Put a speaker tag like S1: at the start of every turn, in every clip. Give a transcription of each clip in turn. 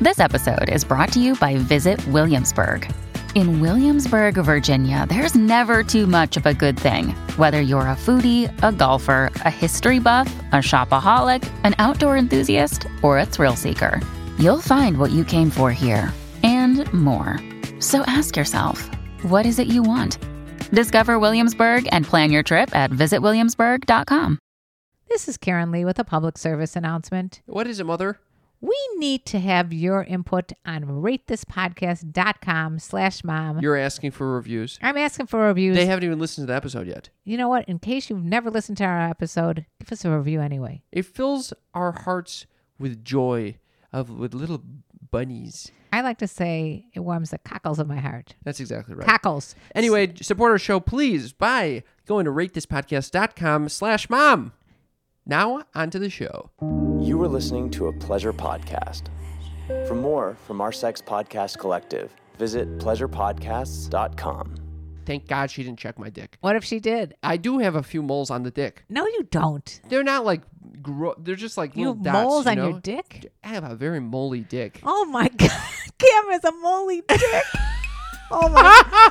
S1: This episode is brought to you by Visit Williamsburg. In Williamsburg, Virginia, there's never too much of a good thing. Whether you're a foodie, a golfer, a history buff, a shopaholic, an outdoor enthusiast, or a thrill seeker, you'll find what you came for here and more. So ask yourself, what is it you want? Discover Williamsburg and plan your trip at visitwilliamsburg.com.
S2: This is Karen Lee with a public service announcement.
S3: What is it, mother?
S2: We need to have your input on ratethispodcast.com slash mom.
S3: You're asking for reviews.
S2: I'm asking for reviews.
S3: They haven't even listened to the episode yet.
S2: you know what? In case you've never listened to our episode, give us a review anyway.
S3: It fills our hearts with joy of with little bunnies.
S2: I like to say it warms the cockles of my heart.
S3: That's exactly right.
S2: Cockles.
S3: Anyway, support our show, please, by going to ratethispodcast.com slash mom. Now, onto the show.
S4: You are listening to a pleasure podcast. For more from our sex podcast collective, visit pleasurepodcasts.com.
S3: Thank God she didn't check my dick.
S2: What if she did?
S3: I do have a few moles on the dick.
S2: No, you don't.
S3: They're not like, gro- they're just like
S2: You have
S3: little dots,
S2: moles
S3: you
S2: on
S3: know?
S2: your dick?
S3: I have a very moly dick.
S2: Oh my God. Cam is a moly dick. oh my.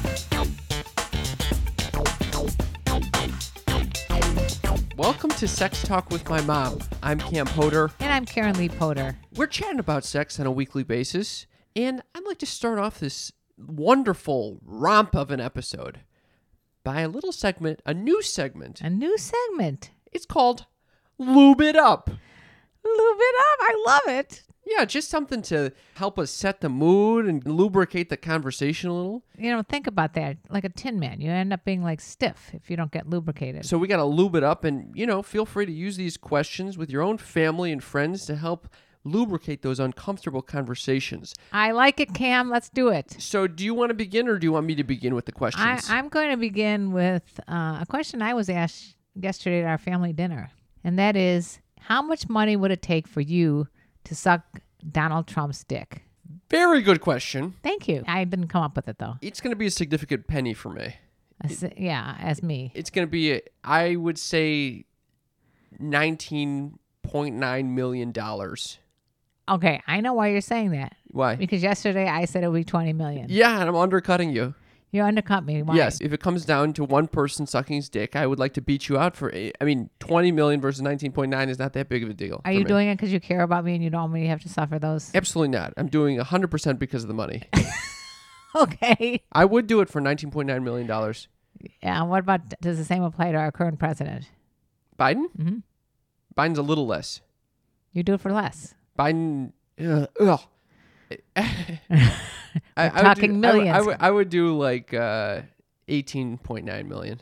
S3: Welcome to Sex Talk with My Mom. I'm Cam Potter.
S2: And I'm Karen Lee Potter.
S3: We're chatting about sex on a weekly basis, and I'd like to start off this wonderful romp of an episode by a little segment, a new segment.
S2: A new segment.
S3: It's called Lube It Up.
S2: Lube it up. I love it.
S3: Yeah, just something to help us set the mood and lubricate the conversation a little.
S2: You know, think about that. Like a tin man, you end up being like stiff if you don't get lubricated.
S3: So we got to lube it up, and you know, feel free to use these questions with your own family and friends to help lubricate those uncomfortable conversations.
S2: I like it, Cam. Let's do it.
S3: So, do you want to begin, or do you want me to begin with the
S2: I,
S3: questions?
S2: I'm going to begin with uh, a question I was asked yesterday at our family dinner, and that is how much money would it take for you to suck Donald Trump's dick?
S3: Very good question.
S2: Thank you. I didn't come up with it though.
S3: It's going to be a significant penny for me.
S2: As- yeah, as me.
S3: It's going to be, I would say, nineteen point nine million dollars.
S2: Okay, I know why you're saying that.
S3: Why?
S2: Because yesterday I said it would be 20 million.
S3: Yeah, and I'm undercutting you.
S2: You undercut me. Why?
S3: Yes, if it comes down to one person sucking his dick, I would like to beat you out for. a- I mean, twenty million versus nineteen point nine is not that big of a deal.
S2: Are
S3: for
S2: you
S3: me.
S2: doing it because you care about me and you don't want me to have to suffer those?
S3: Absolutely not. I'm doing hundred percent because of the money.
S2: Okay.
S3: I would do it for nineteen point nine million dollars.
S2: Yeah. What about does the same apply to our current president?
S3: Biden.
S2: Mhm.
S3: Biden's a little less.
S2: You do it for less.
S3: Biden. Ugh, ugh. I, I would
S2: talking
S3: do- I would- I
S2: millions.
S3: would, I would do like uh, eighteen point nine million.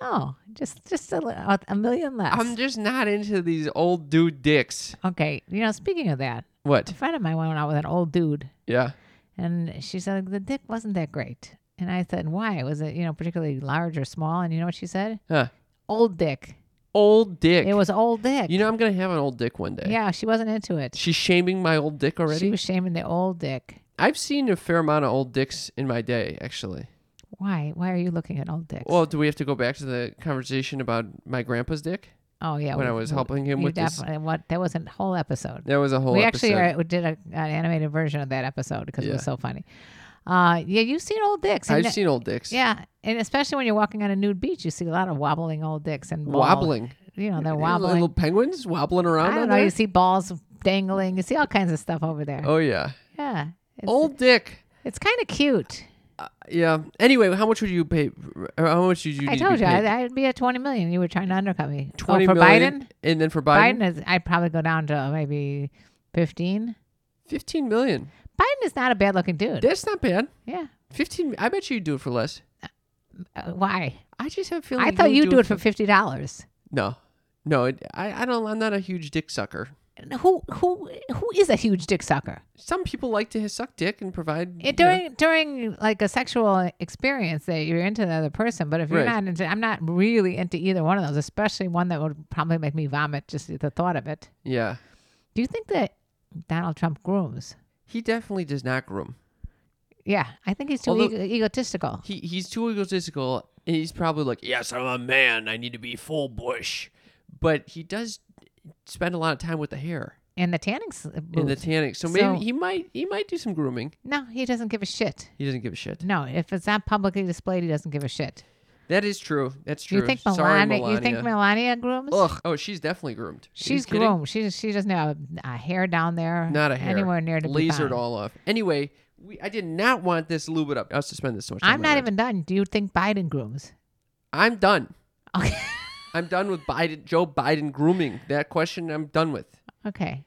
S2: Oh, just just a, li- a million less.
S3: I'm just not into these old dude dicks.
S2: okay. You know, speaking of that, a
S3: What?
S2: friend of mine went out with an old dude,
S3: Yeah.
S2: and she said the dick wasn't that great. And I said, why? Was it you know particularly large or small? And you know what she said?
S3: Huh.
S2: Old dick.
S3: Old dick.
S2: It was old dick.
S3: You know, I'm gonna have an old dick one day.
S2: yeah, she wasn't into it.
S3: She's shaming my old dick already.
S2: She was shaming the old dick.
S3: I've seen a fair amount of old dicks in my day, actually.
S2: Why? Why are you looking at old dicks?
S3: Well, do we have to go back to the conversation about my grandpa's dick?
S2: oh yeah.
S3: when I
S2: we-
S3: was
S2: we-
S3: helping him
S2: you
S3: with this-
S2: definitely- What? That was a whole episode.
S3: That was a whole.
S2: we
S3: episode.
S2: actually are, we did a, an animated version of that episode because it was
S3: Yeah.
S2: so funny. Uh, yeah, you've seen old dicks. and
S3: I've
S2: that-
S3: seen old dicks.
S2: Yeah, and especially when you're walking on a nude beach, you see a lot of wobbling old dicks and ball-
S3: Wobbling.
S2: You know, they're
S3: Little
S2: wobbling.
S3: penguins wobbling around.
S2: I
S3: on
S2: don't know.
S3: there?
S2: You see balls dangling. You see all kinds of stuff over there.
S3: Oh yeah.
S2: Yeah, it's,
S3: old dick. Uh,
S2: It's kind of cute.
S3: Yeah. Anyway, how much would you pay? or How much did you?
S2: I
S3: need to
S2: told
S3: be
S2: you,
S3: paid?
S2: I, I'd be at twenty million. You were trying to undercut me.
S3: Twenty
S2: oh, for
S3: million,
S2: Biden.
S3: and then for Biden,
S2: Biden? is. I'd probably go down to maybe fifteen.
S3: fifteen million.
S2: Biden is not a bad looking dude.
S3: That's not bad.
S2: yeah.
S3: Fifteen. I bet you do it for less.
S2: Uh, why?
S3: I just have a feeling.
S2: I thought
S3: you
S2: you'd do it
S3: for
S2: for fifty dollars.
S3: No, no, it, I, I don't. I'm not a huge dick sucker.
S2: who who who is a huge dick sucker?
S3: Some people like to suck dick and provide. you know-
S2: It, during during like a sexual experience that you're into the other person, but if you're
S3: Right.
S2: not into, I'm not really into either one of those, especially one that would probably make me vomit just at the thought of it.
S3: yeah.
S2: Do you think that Donald Trump grooms?
S3: He definitely does not groom.
S2: Yeah, I think he's too
S3: Although-
S2: ego- egotistical.
S3: He he's too egotistical. And he's probably like, yes, I'm a man. I need to be full bush. But he does spend a lot of time with the hair
S2: And the tanning s-
S3: in the
S2: booth.
S3: tanning. So maybe
S2: So-
S3: he might he might do some grooming.
S2: no, he doesn't give a shit.
S3: He doesn't give a shit.
S2: No, if it's not publicly displayed, he doesn't give a shit.
S3: That is true. That's
S2: Do
S3: true.
S2: You think
S3: Sorry,
S2: Melania?
S3: Melania.
S2: You think Melania grooms?
S3: Ugh. Oh, she's definitely groomed. Are you
S2: She's
S3: kidding?
S2: groomed. She she doesn't have a, a hair down there.
S3: Not a hair.
S2: anywhere near to be
S3: lasered
S2: found.
S3: all off. Anyway, we, I did not want this lube it up. Us to spend this so much. time
S2: I'm
S3: on
S2: not
S3: it.
S2: even done. Do you think Biden grooms?
S3: I'm done.
S2: Okay.
S3: I'm done with Biden. Joe Biden grooming. That question. I'm done with.
S2: Okay.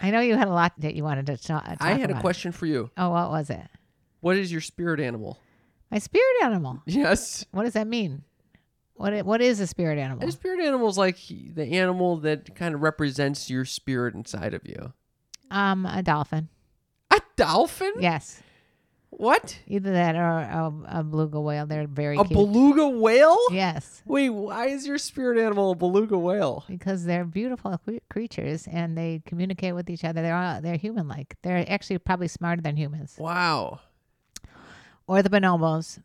S2: I know you had a lot that you wanted to ta- talk.
S3: I had a
S2: about.
S3: question for you.
S2: Oh, what was it?
S3: What is your spirit animal?
S2: My spirit animal.
S3: Yes.
S2: What does that mean? What i- what is a spirit animal?
S3: A spirit animal is like the animal that kind of represents your spirit inside of you.
S2: Um, a dolphin.
S3: A dolphin?
S2: Yes,
S3: What?
S2: either that or a, a beluga whale. They're very
S3: A
S2: cute.
S3: beluga whale?
S2: yes,
S3: Wait, why is your spirit animal a beluga whale?
S2: because they're beautiful cre- creatures and they communicate with each other. They're all, they're human like. They're actually probably smarter than humans.
S3: Wow.
S2: Or the bonobos,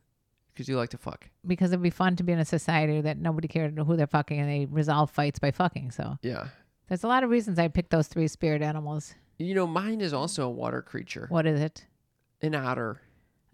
S3: Because you like to fuck.
S2: because it'd be fun to be in a society that nobody cared who they're fucking and they resolve fights by fucking. So
S3: Yeah.
S2: there's a lot of reasons I picked those three spirit animals.
S3: You know, mine is also a water creature.
S2: What is it?
S3: An otter.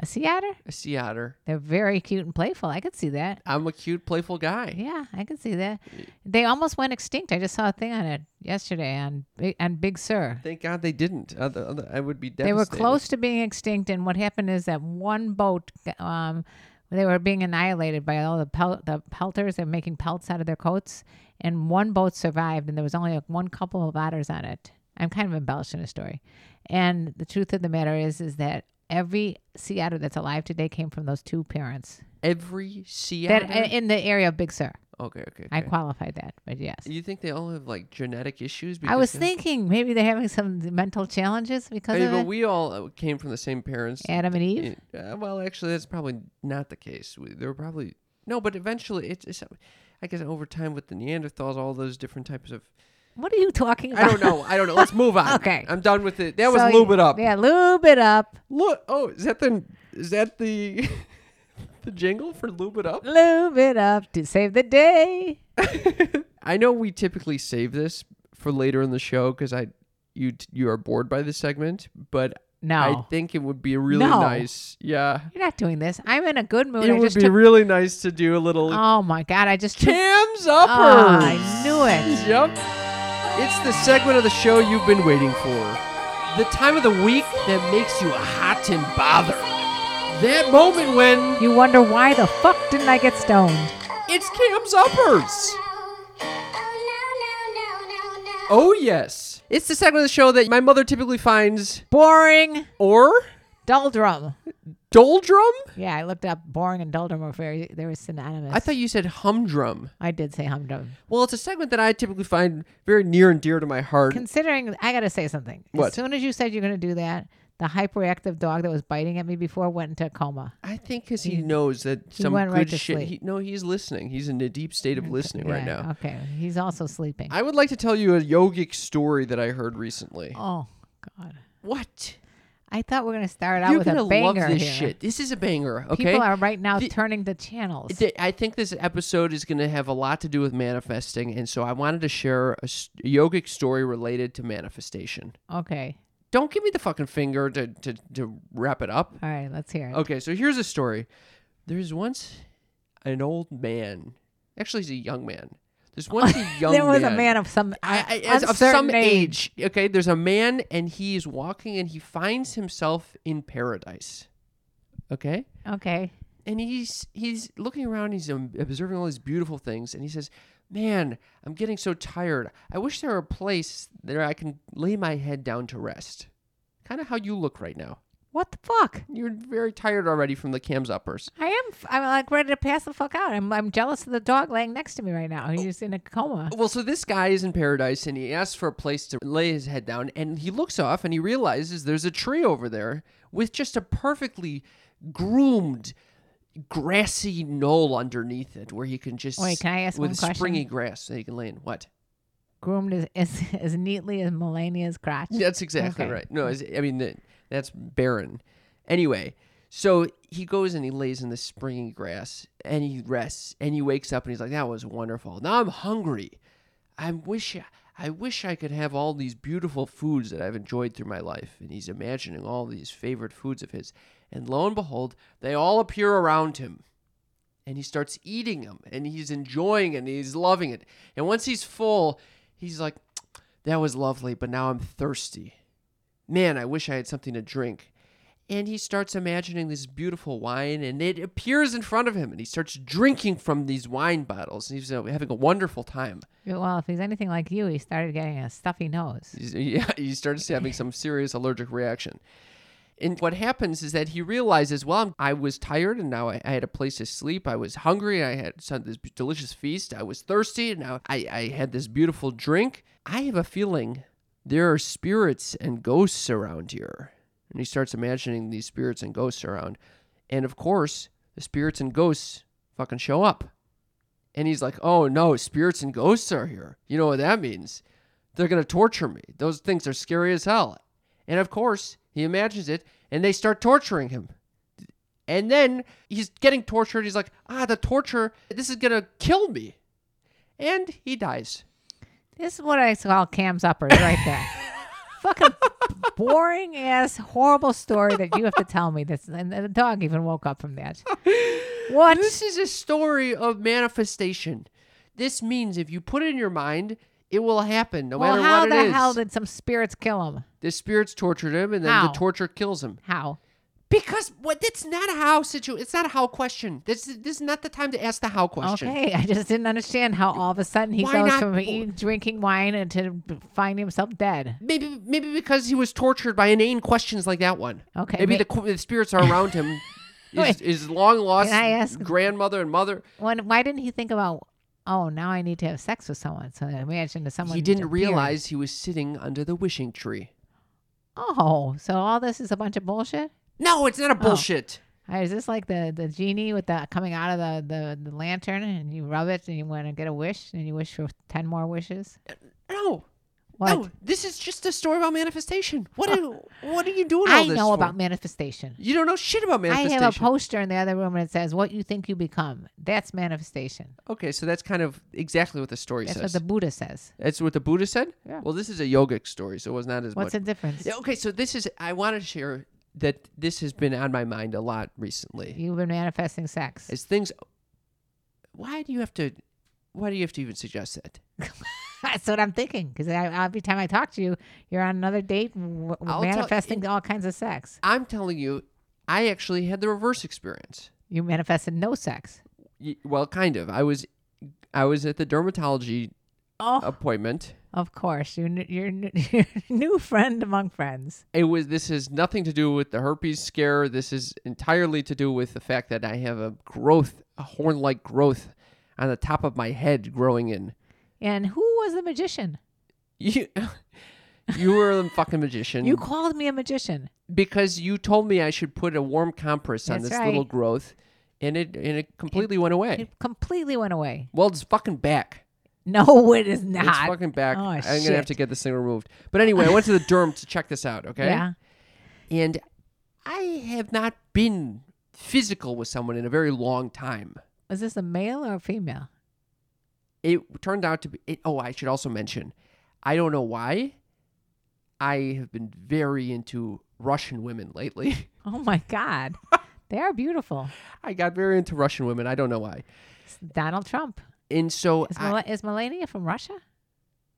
S2: A sea otter?
S3: A sea otter.
S2: They're very cute and playful. I could see that.
S3: I'm a cute, playful guy.
S2: Yeah, I could see that. They almost went extinct. I just saw a thing on it yesterday on Bi- on Big Sur.
S3: Thank God they didn't. Other, other, I would be
S2: They
S3: devastated.
S2: were close to being extinct, and what happened is that one boat, um, they were being annihilated by all the pel- the pelters. They're making pelts out of their coats, and one boat survived, and there was only like one couple of otters on it. I'm kind of embellishing the story, and the truth of the matter is, is that every sea otter that's alive today came from those two parents
S3: Every sea
S2: that
S3: otter.
S2: in the area of Big Sur.
S3: okay, okay.
S2: I
S3: okay.
S2: qualified that, but yes.
S3: You think they all have like genetic issues?
S2: I was
S3: they-
S2: thinking maybe they're having some mental challenges because
S3: Hey,
S2: of
S3: but
S2: it.
S3: we all uh, came from the same parents.
S2: Adam and Eve.
S3: Yeah, Uh, well, actually, that's probably not the case. We, they were probably no, but eventually, it's, it's. I guess over time with the Neanderthals, all those different types of.
S2: What are you talking
S3: I
S2: about?
S3: don't know. I don't know. Let's move on.
S2: Okay.
S3: I'm done with it. That was
S2: So
S3: lube
S2: you-
S3: it up.
S2: Yeah, lube it up.
S3: Look. Oh, is that the is that the the jingle for lube it up?
S2: Lube it up to save the day.
S3: I know we typically save this for later in the show because I you t- you are bored by this segment, but
S2: No.
S3: I think it would be really
S2: No.
S3: nice. Yeah.
S2: You're not doing this. I'm in a good mood.
S3: It
S2: I
S3: would
S2: just
S3: be
S2: took-
S3: really nice to do a little
S2: Oh my god, I just took-
S3: Cam's
S2: Oh,
S3: Upper.
S2: I knew it.
S3: Yep. It's the segment of the show you've been waiting for. The time of the week that makes you hot and bothered. That moment when
S2: You wonder why the fuck didn't I get stoned?
S3: it's Cam's Uppers.
S5: Oh.
S3: Oh, yes. It's the segment of the show that my mother typically finds
S2: Boring
S3: or
S2: doldrum.
S3: doldrum.
S2: Yeah, I looked up boring and doldrum were very they were synonymous.
S3: I thought you said humdrum.
S2: I did say humdrum.
S3: Well, it's a segment that I typically find very near and dear to my heart.
S2: Considering, I got to say something.
S3: What?
S2: As soon as you said you're going to do that, the hyperactive dog that was biting at me before went into a coma.
S3: I think because he knows that some
S2: went
S3: good
S2: right to
S3: shit.
S2: sleep.
S3: He, no, he's listening. He's in a deep state of listening right
S2: Yeah,
S3: now.
S2: Okay. He's also sleeping.
S3: I would like to tell you a yogic story that I heard recently.
S2: oh, God.
S3: What?
S2: I thought we are going to start out
S3: You're
S2: with a
S3: gonna
S2: banger
S3: love this
S2: here.
S3: shit. This is a banger. Okay.
S2: People are right now
S3: The-
S2: turning the channels.
S3: Th- I think this episode is going to have a lot to do with manifesting, and so I wanted to share a s- yogic story related to manifestation.
S2: okay.
S3: Don't give me the fucking finger to, to, to wrap it up.
S2: All right. Let's hear it.
S3: Okay, so here's a story. There's once an old man. Actually, he's a young man. There's once a young
S2: there was
S3: man.
S2: a man of some
S3: I, I,
S2: of
S3: as of some
S2: certain
S3: age. Okay, there's a man and he is walking and he finds himself in paradise. Okay,
S2: Okay.
S3: and he's he's looking around. He's um, observing all these beautiful things, and he says, "Man, I'm getting so tired. I wish there were a place there I can lay my head down to rest." Kind of how you look right now.
S2: What the fuck?
S3: You're very tired already from the cams uppers.
S2: I am. f- I'm like ready to pass the fuck out. I'm. I'm jealous of the dog laying next to me right now. He's in a coma.
S3: Well, so this guy is in paradise and he asks for a place to lay his head down and he looks off and he realizes there's a tree over there with just a perfectly groomed grassy knoll underneath it where he can just
S2: Wait, can I ask
S3: with
S2: one question?
S3: springy grass that he can lay in. What?
S2: Groomed as as, as neatly as Melania's crotch.
S3: That's exactly
S2: Okay.
S3: right. No, it's, I mean that that's barren. Anyway, so he goes and he lays in the springy grass and he rests and he wakes up and he's like, "That was wonderful. Now I'm hungry. I wish I wish I could have all these beautiful foods that I've enjoyed through my life." And he's imagining all these favorite foods of his, and lo and behold, they all appear around him and he starts eating them and he's enjoying it and he's loving it. And once he's full, he's like, that was lovely, but now I'm thirsty. Man, I wish I had something to drink. And he starts imagining this beautiful wine and it appears in front of him and he starts drinking from these wine bottles and he's uh, having a wonderful time.
S2: Yeah, Well, if he's anything like you, he started getting a stuffy nose.
S3: He's- yeah, he starts having some serious allergic reaction. And what happens is that he realizes, well, I was tired and now I, I had a place to sleep. I was hungry. I had some, this delicious feast. I was thirsty. And now I, I had this beautiful drink. I have a feeling there are spirits and ghosts around here. And he starts imagining these spirits and ghosts around. And of course, the spirits and ghosts fucking show up. And he's like, oh no, spirits and ghosts are here. You know what that means? They're going to torture me. Those things are scary as hell. And of course, he imagines it and they start torturing him. And then he's getting tortured. He's like, ah, the torture, this is going to kill me. And he dies.
S2: This is what I call Cam's uppers right there. Fucking boring ass horrible story that you have to tell me. This and the dog even woke up from that. What?
S3: This is a story of manifestation. This means if you put it in your mind, it will happen no
S2: well,
S3: matter
S2: how
S3: what
S2: the
S3: it is.
S2: hell did some spirits kill him?
S3: the spirits tortured him and then
S2: How?
S3: the torture kills him.
S2: How?
S3: Because what that's not a how situ it's not a how question. This is this is not the time to ask the how question.
S2: Okay, I just didn't understand how all of a sudden he
S3: Why
S2: goes
S3: not
S2: from
S3: bo-
S2: eating, drinking wine and to find himself dead.
S3: Maybe maybe because he was tortured by inane questions like that one.
S2: Okay,
S3: Maybe
S2: may-
S3: the, qu- the spirits are around him. His,
S2: Wait.
S3: his long lost
S2: Can I ask-
S3: grandmother and mother.
S2: When? Why didn't he think about? Oh, now I need to have sex with someone. So imagine if someone
S3: he didn't
S2: appeared.
S3: realize he was sitting under the wishing tree.
S2: Oh, so all this is a bunch of bullshit.
S3: No, it's not a bullshit.
S2: Uh, Is this like the, the genie with the coming out of the, the, the lantern and you rub it and you want to get a wish and you wish for 10 more wishes?
S3: No.
S2: What? Oh.
S3: No, this is just a story about manifestation. What are, what are you doing all
S2: I
S3: this
S2: know
S3: for?
S2: about manifestation.
S3: You don't know shit about
S2: I
S3: manifestation.
S2: have a poster in the other room and it says, What you think you become. That's manifestation.
S3: okay, so that's kind of exactly what the story
S2: That's
S3: says.
S2: what the Buddha says.
S3: that's what the Buddha said?
S2: Yeah.
S3: Well, this is a yogic story, so it was not as much.
S2: What's the difference?
S3: Yeah, okay, so this is I want to share that this has been on my mind a lot recently.
S2: You've been manifesting sex.
S3: As things why do you have to why do you have to even suggest that?
S2: That's what I'm thinking because every time I talk to you, you're on another date w- w-
S3: I'll tell-
S2: manifesting all kinds of sex.
S3: I'm telling you, I actually had the reverse experience.
S2: You manifested no sex.
S3: Y- Well, kind of. I was I was at the dermatology
S2: Oh,
S3: appointment.
S2: of course. Your, n- your, n- your new friend among friends.
S3: It was this has nothing to do with the herpes scare. This is entirely to do with the fact that I have a growth, a horn-like growth on the top of my head growing in.
S2: And who was the magician?
S3: You You were a fucking magician.
S2: You called me a magician.
S3: because you told me I should put a warm compress on
S2: That's
S3: this little
S2: right.
S3: growth, and it and it completely went away.
S2: It completely went away.
S3: well, it's fucking back.
S2: No, it is not.
S3: It's fucking back.
S2: Oh,
S3: I'm
S2: shit.
S3: gonna have to get this thing removed. But anyway, I went to the derm to check this out. Okay.
S2: Yeah.
S3: And I have not been physical with someone in a very long time.
S2: Was this a male or a female?
S3: It turned out to be. It, oh, I should also mention, I don't know why, I have been very into Russian women lately.
S2: Oh my God. they are beautiful.
S3: I got very into Russian women. I don't know why.
S2: It's Donald Trump.
S3: And so
S2: Is,
S3: I,
S2: Mel- is Melania from Russia?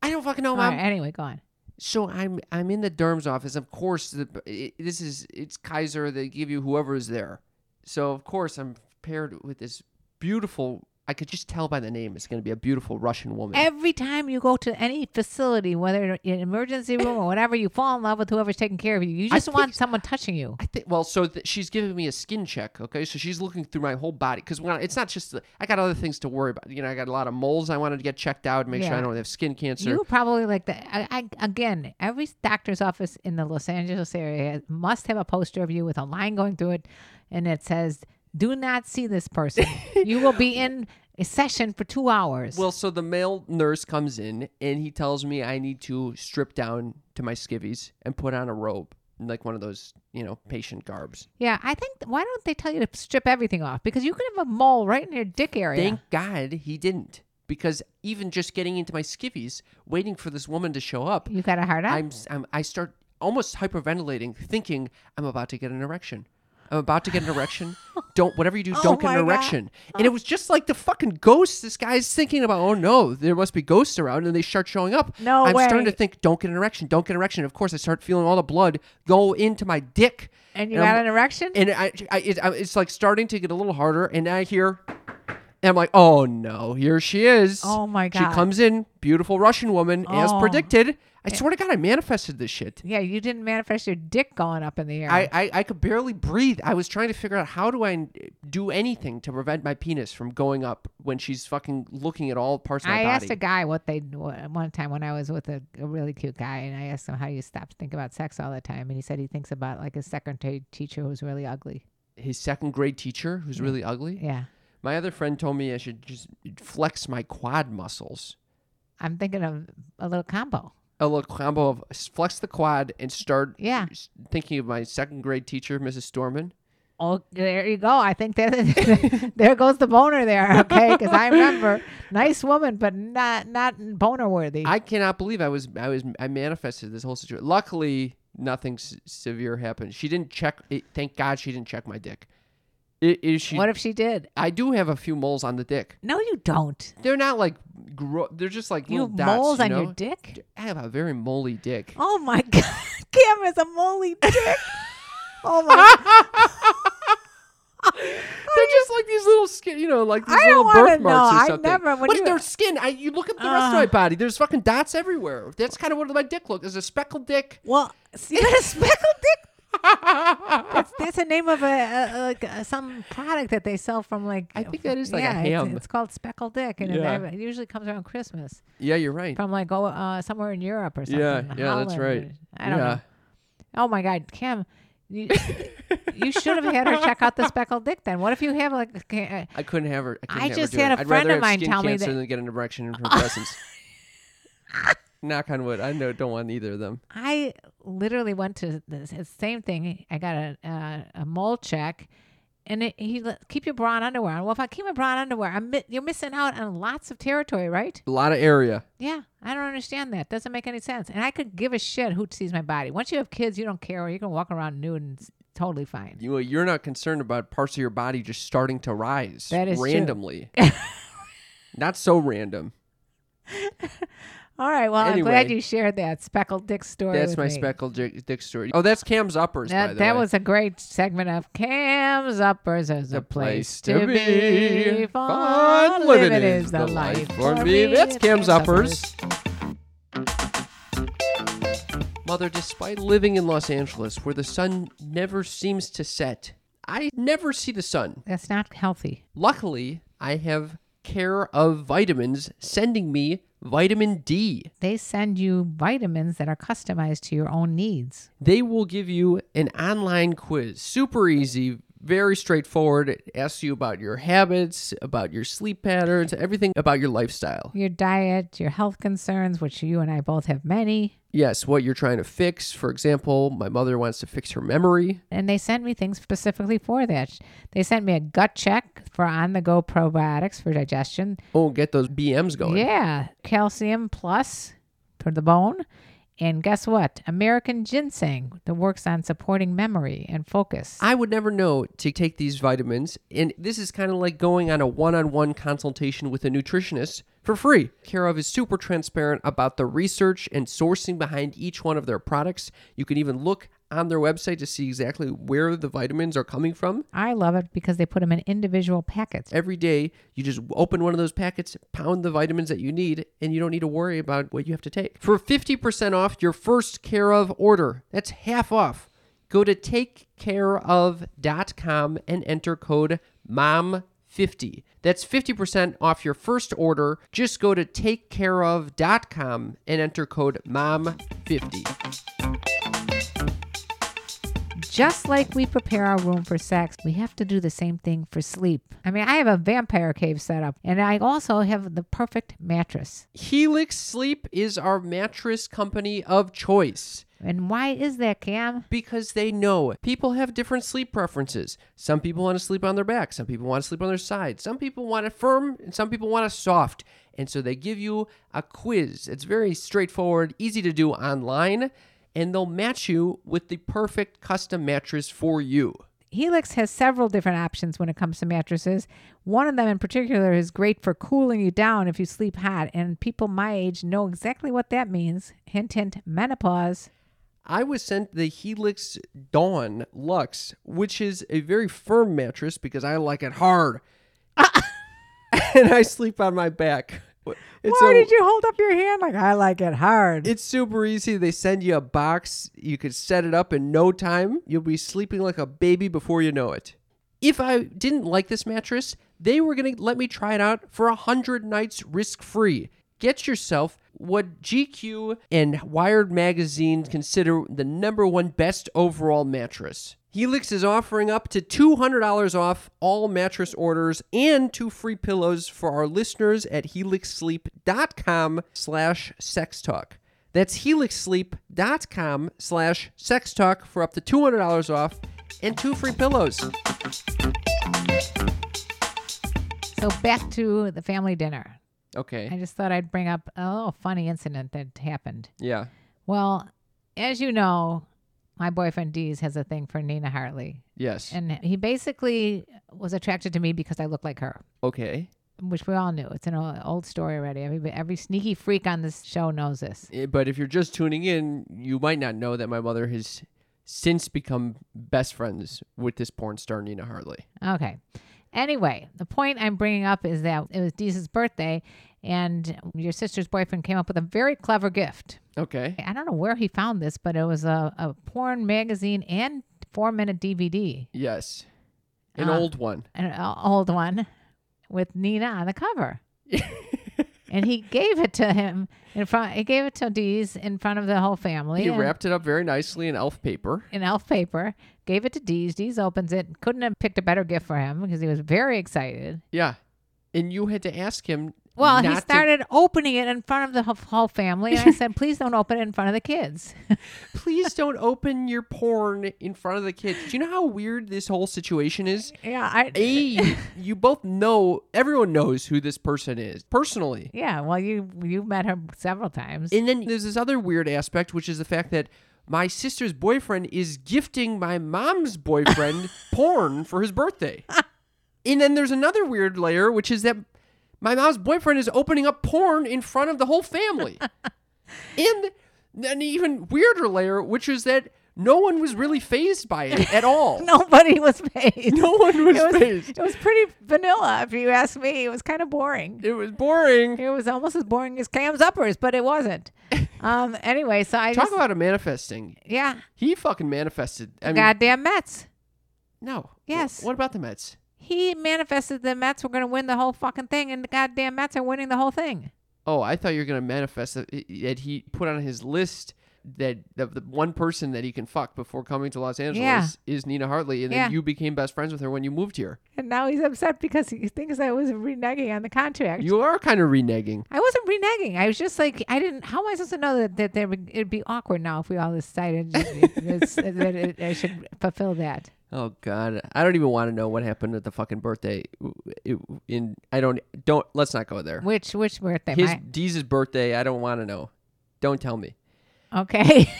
S3: I don't fucking know,
S2: All
S3: mom.
S2: right, anyway, go on.
S3: So I'm I'm in the derm's office. Of course, the, it, this is it's Kaiser. They give you whoever is there. So of course I'm paired with this beautiful I could just tell by the name it's going to be a beautiful Russian woman.
S2: Every time you go to any facility, whether in an emergency room or whatever, you fall in love with whoever's taking care of you. You
S3: I
S2: just want
S3: think-
S2: someone touching you.
S3: I think well, so th- she's giving me a skin check. Okay, so she's looking through my whole body because when I, it's not just the, I got other things to worry about. You know, I got a lot of moles I wanted to get checked out, make sure I
S2: Yeah.
S3: don't have skin cancer.
S2: You probably like that. I, I, again, every doctor's office in the Los Angeles area has- must have a poster of you with a line going through it, and it says, "Do not see this person. you will be in a session for two hours."
S3: Well, so the male nurse comes in and he tells me I need to strip down to my skivvies and put on a robe, like one of those, you know, patient garbs.
S2: yeah, I think. Why don't they tell you to strip everything off? Because you could have a mole right in your dick area.
S3: Thank God he didn't, because even just getting into my skivvies, waiting for this woman to show up,
S2: you got a hard on.
S3: I'm, I'm I start almost hyperventilating, thinking I'm about to get an erection. I'm about to get an erection. Don't whatever you do, don't
S2: Oh
S3: get
S2: my
S3: an
S2: God. Oh.
S3: erection. And it was just like the fucking ghosts. This guy's thinking about, oh no, there must be ghosts around, and they start showing up.
S2: No
S3: I'm starting to
S2: way.
S3: think, don't get an erection, don't get an erection. Of course, I start feeling all the blood go into my dick.
S2: And you
S3: I'm-
S2: got an erection?
S3: And I, I, it, I, it's like starting to get a little harder. And I hear, and I'm like, oh no, here she is.
S2: Oh, my
S3: She
S2: God.
S3: comes in, beautiful Russian woman, as
S2: Oh.
S3: predicted. I swear to God, I manifested this shit.
S2: yeah, you didn't manifest your dick going up in the air.
S3: I, I, I could barely breathe. I was trying to figure out how do I do anything to prevent my penis from going up when she's fucking looking at all parts of my
S2: I
S3: body.
S2: asked a guy what they what, one time when I was with a, a really cute guy, and I asked him how do you stop to think about sex all the time, and he said he thinks about like his secretary teacher who's really ugly.
S3: His second grade teacher, who's really ugly.
S2: Yeah,
S3: My other friend told me I should just flex my quad muscles.
S2: I'm thinking of a little combo.
S3: A little combo of s- flex the quad and start
S2: Yeah.
S3: s- thinking of my second grade teacher, Mrs. Storman.
S2: Oh, there you go. I think that there goes the boner there. Okay, because I remember nice woman, but not not boner worthy.
S3: I cannot believe I was I was I manifested this whole situation. Luckily, nothing s- severe happened. She didn't check. It, thank God she didn't check my dick. I- Is she?
S2: what if she did?
S3: I do have a few moles on the dick.
S2: No, you don't.
S3: They're not like gro- they're just like
S2: You
S3: little
S2: have
S3: dots,
S2: moles
S3: you
S2: on your
S3: know?
S2: dick.
S3: I have a very moly dick.
S2: Oh my god, Cam is a moly dick. oh my!
S3: they're just like these little skin, you know, like these
S2: I
S3: little
S2: don't wanna
S3: birthmarks
S2: know.
S3: or
S2: I
S3: something.
S2: never- when
S3: but
S2: you-
S3: their skin, I you look at the rest of
S2: Uh.
S3: my body. There's fucking dots everywhere. That's kind of what my dick looks. There's a speckled dick.
S2: Well, see, you got a speckled dick. That's, that's the name of a, a, a like uh some product that they sell from like.
S3: I think that is like a
S2: yeah,
S3: ham.
S2: It's, it's called speckled dick, and it-
S3: Yeah.
S2: it usually comes around Christmas
S3: Yeah, you're right.
S2: from like oh uh, somewhere in Europe or something.
S3: Yeah, yeah, that's
S2: Holland
S3: right.
S2: or- I don't
S3: yeah.
S2: know. Oh my God, Cam. You, you should have had her check out the speckled dick then. What if you have like a ca-
S3: I couldn't have her. I, couldn't
S2: I
S3: have her
S2: just
S3: do it.
S2: had a
S3: I'd
S2: friend
S3: rather
S2: of
S3: have
S2: mine
S3: skin
S2: tell me
S3: cancer
S2: that-
S3: than get an erection in her presence. Knock on wood. I know. Don't want either of them.
S2: I literally went to the s- same thing. I got a a, a mole check, and it, he le- keep your bra and underwear on. Well, if I keep my bra and underwear, I'm mi- you're missing out on lots of territory, right?
S3: A lot of area.
S2: Yeah, I don't understand that. Doesn't make any sense. And I could give a shit who sees my body. Once you have kids, you don't care. You can walk around nude and it's totally fine.
S3: You, uh, you're not concerned about parts of your body just starting to rise
S2: That is true.
S3: randomly. not so random.
S2: All right. Well, I'm glad
S3: Anyway.
S2: you shared that speckled dick story.
S3: That's
S2: with
S3: my
S2: me.
S3: speckled j- dick story. Oh, that's Cam's uppers. by the
S2: That, that
S3: way.
S2: was a great segment of Cam's Uppers as a place to be. Fun living is the life for me.
S3: That's Cam's uppers. Mother, despite living in Los Angeles, where the sun never seems to set, I never see the sun.
S2: That's not healthy.
S3: Luckily, I have care of vitamins sending me vitamin D.
S2: They send you vitamins that are customized to your own needs.
S3: they will give you an online quiz. Super easy, very straightforward. It asks you about your habits, about your sleep patterns, everything about your lifestyle.
S2: Your diet, your health concerns, which you and I both have many.
S3: Yes, what you're trying to fix. For example, my mother wants to fix her memory.
S2: And they sent me things specifically for that. They sent me a gut check for on the go probiotics for digestion.
S3: Oh, get those BMs going.
S2: Yeah, calcium plus for the bone. And guess what? American ginseng that works on supporting memory and focus.
S3: I would never know to take these vitamins. And this is kind of like going on a one on one consultation with a nutritionist for free. Careof is super transparent about the research and sourcing behind each one of their products. You can even look on their website to see exactly where the vitamins are coming from.
S2: I love it because they put them in individual packets.
S3: Every day, you just open one of those packets, pound the vitamins that you need, and you don't need to worry about what you have to take. For 50% off your first Care of order, that's half off. Go to takecareof.com and enter code MOM50. That's 50% off your first order. Just go to takecareof.com and enter code MOM50.
S2: Just like we prepare our room for sex, we have to do the same thing for sleep. I mean, I have a vampire cave set up, and I also have the perfect mattress.
S3: Helix Sleep is our mattress company of choice.
S2: And why is that, Cam?
S3: because they know people have different sleep preferences. Some people want to sleep on their back, some people want to sleep on their side, some people want it firm, and some people want it soft. And so they give you a quiz. It's very straightforward, easy to do online, and they'll match you with the perfect custom mattress for you.
S2: Helix has several different options when it comes to mattresses. One of them in particular is great for cooling you down if you sleep hot, and people my age know exactly what that means. Hint, hint, menopause.
S3: I was sent the Helix Dawn Lux, which is a very firm mattress because I like it hard. and I sleep on my back. It's
S2: why
S3: a-
S2: did you hold up your hand like I like it hard?
S3: It's super easy. They send you a box. You can set it up in no time. You'll be sleeping like a baby before you know it. If I didn't like this mattress, they were going to let me try it out for 100 nights risk free. Get yourself what GQ and Wired Magazine consider the number one best overall mattress. Helix is offering up to $200 off all mattress orders and two free pillows for our listeners at helixsleep.com slash sextalk. That's helixsleep.com slash sextalk for up to $200 off and two free pillows.
S2: so back to the family dinner. I
S3: Okay.
S2: just thought I'd bring up a little funny incident that happened.
S3: Yeah.
S2: Well, as you know, my boyfriend Dees has a thing for Nina Hartley.
S3: Yes.
S2: And he basically was attracted to me because I look like her,
S3: Okay.
S2: which we all knew. It's an old, old story already. Every, every sneaky freak on this show knows this.
S3: Eh, But if you're just tuning in, you might not know that my mother has since become best friends with this porn star, Nina Hartley.
S2: Okay. Anyway, the point I'm bringing up is that it was Deese's birthday, and your sister's boyfriend came up with a very clever gift.
S3: Okay.
S2: I don't know where he found this, but it was a, a porn magazine and four minute DVD,
S3: Yes. An
S2: Ah.
S3: old one.
S2: an o- old one with Nina on the cover. and he gave it to him in front. He gave it to Dee's in front of the whole family.
S3: He
S2: and-
S3: wrapped it up very nicely in elf paper.
S2: in elf paper, gave it to Dee's. Dee's opens it. Couldn't have picked a better gift for him because he was very excited.
S3: Yeah. And you had to ask him.
S2: Well, he
S3: not to-
S2: started opening it in front of the whole- whole family, and I said, "Please don't open it in front of the kids."
S3: Please don't open your porn in front of the kids. Do you know how weird this whole situation is?
S2: yeah, I.
S3: A, you- you both know, everyone knows who this person is personally.
S2: yeah, well, you you met her several times.
S3: And then there's this other weird aspect, which is the fact that my sister's boyfriend is gifting my mom's boyfriend porn for his birthday. And then there's another weird layer, which is that my mom's boyfriend is opening up porn in front of the whole family. and an even weirder layer, which is that no one was really phased by it at all.
S2: Nobody was paid.
S3: No one was,
S2: it was,
S3: phased.
S2: it was pretty vanilla, if you ask me. It was kind of boring.
S3: It was boring.
S2: It was almost as boring as Cam's uppers, but it wasn't. Um. Anyway, so I
S3: Talk
S2: just
S3: about a manifesting.
S2: yeah,
S3: He fucking manifested. I mean,
S2: goddamn Mets.
S3: no.
S2: Yes.
S3: What about the Mets?
S2: He manifested the Mets were going to win the whole fucking thing, and the goddamn Mets are winning the whole thing.
S3: Oh, I thought you were gonna manifest that, that he put on his list that the, the one person that he can fuck before coming to Los Angeles
S2: Yeah.
S3: is Nina Hartley, and
S2: Yeah.
S3: then you became best friends with her when you moved here.
S2: And now he's upset because he thinks I was reneging on the contract.
S3: You are kind of reneging.
S2: I wasn't reneging. I was just like, I didn't. How am I supposed to know that, that there would, it'd be awkward now if we all decided that, that, it- I should fulfill that?
S3: Oh God, I don't even want to know what happened at the fucking birthday. It- in I don't don't let's not go there.
S2: Which which birthday?
S3: His
S2: My-
S3: Deez's birthday. I don't want to know. Don't tell me.
S2: okay.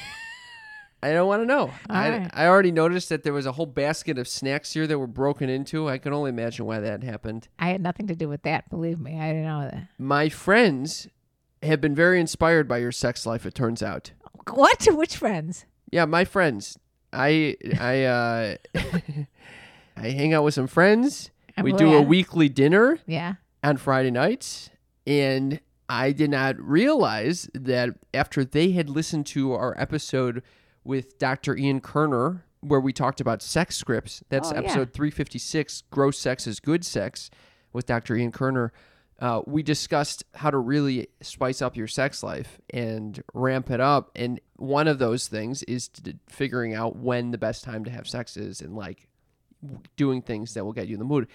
S3: I don't want to know. I,
S2: right.
S3: I already noticed that there was a whole basket of snacks here that were broken into. I can only imagine why that happened.
S2: I had nothing to do with that. Believe me, I didn't know that.
S3: My friends have been very inspired by your sex life, it turns out.
S2: What? Which friends?
S3: Yeah, my friends. I I uh I hang out with some friends.
S2: I'm
S3: we do a
S2: glad.
S3: weekly dinner
S2: Yeah.
S3: on Friday nights and I did not realize that after they had listened to our episode with Dr. Ian Kerner where we talked about sex scripts. That's
S2: Oh, yeah.
S3: episode 356 Gross Sex is Good Sex with Dr. Ian Kerner. Uh, we discussed how to really spice up your sex life and ramp it up. And one of those things is to, figuring out when the best time to have sex is and like w- doing things that will get you in the mood.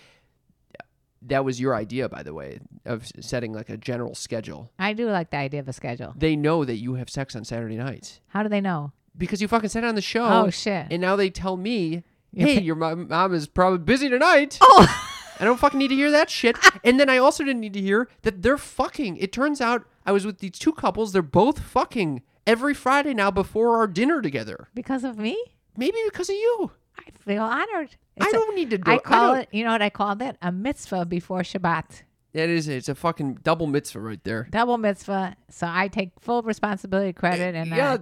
S3: That was your idea, by the way, of s- setting like a general schedule.
S2: I do like the idea of a schedule.
S3: They know that you have sex on Saturday nights
S2: How do they know?
S3: because you fucking said it on the show.
S2: Oh, shit.
S3: And now they tell me,
S2: You're
S3: "Hey,
S2: pa-
S3: your mo- mom is probably busy tonight."
S2: Oh,
S3: I don't fucking need to hear that shit. And then I also didn't need to hear that they're fucking. It turns out I was with these two couples. They're both fucking every Friday now before our dinner together.
S2: because of me?
S3: Maybe because of you.
S2: I feel honored.
S3: I
S2: It's a-
S3: don't need to do
S2: I
S3: it. I
S2: call
S3: don't-
S2: it. You know what I called it? A mitzvah before Shabbat.
S3: That is, it's a fucking double mitzvah right there.
S2: Double mitzvah. So I take full responsibility, credit, and
S3: Eh, yeah,
S2: uh,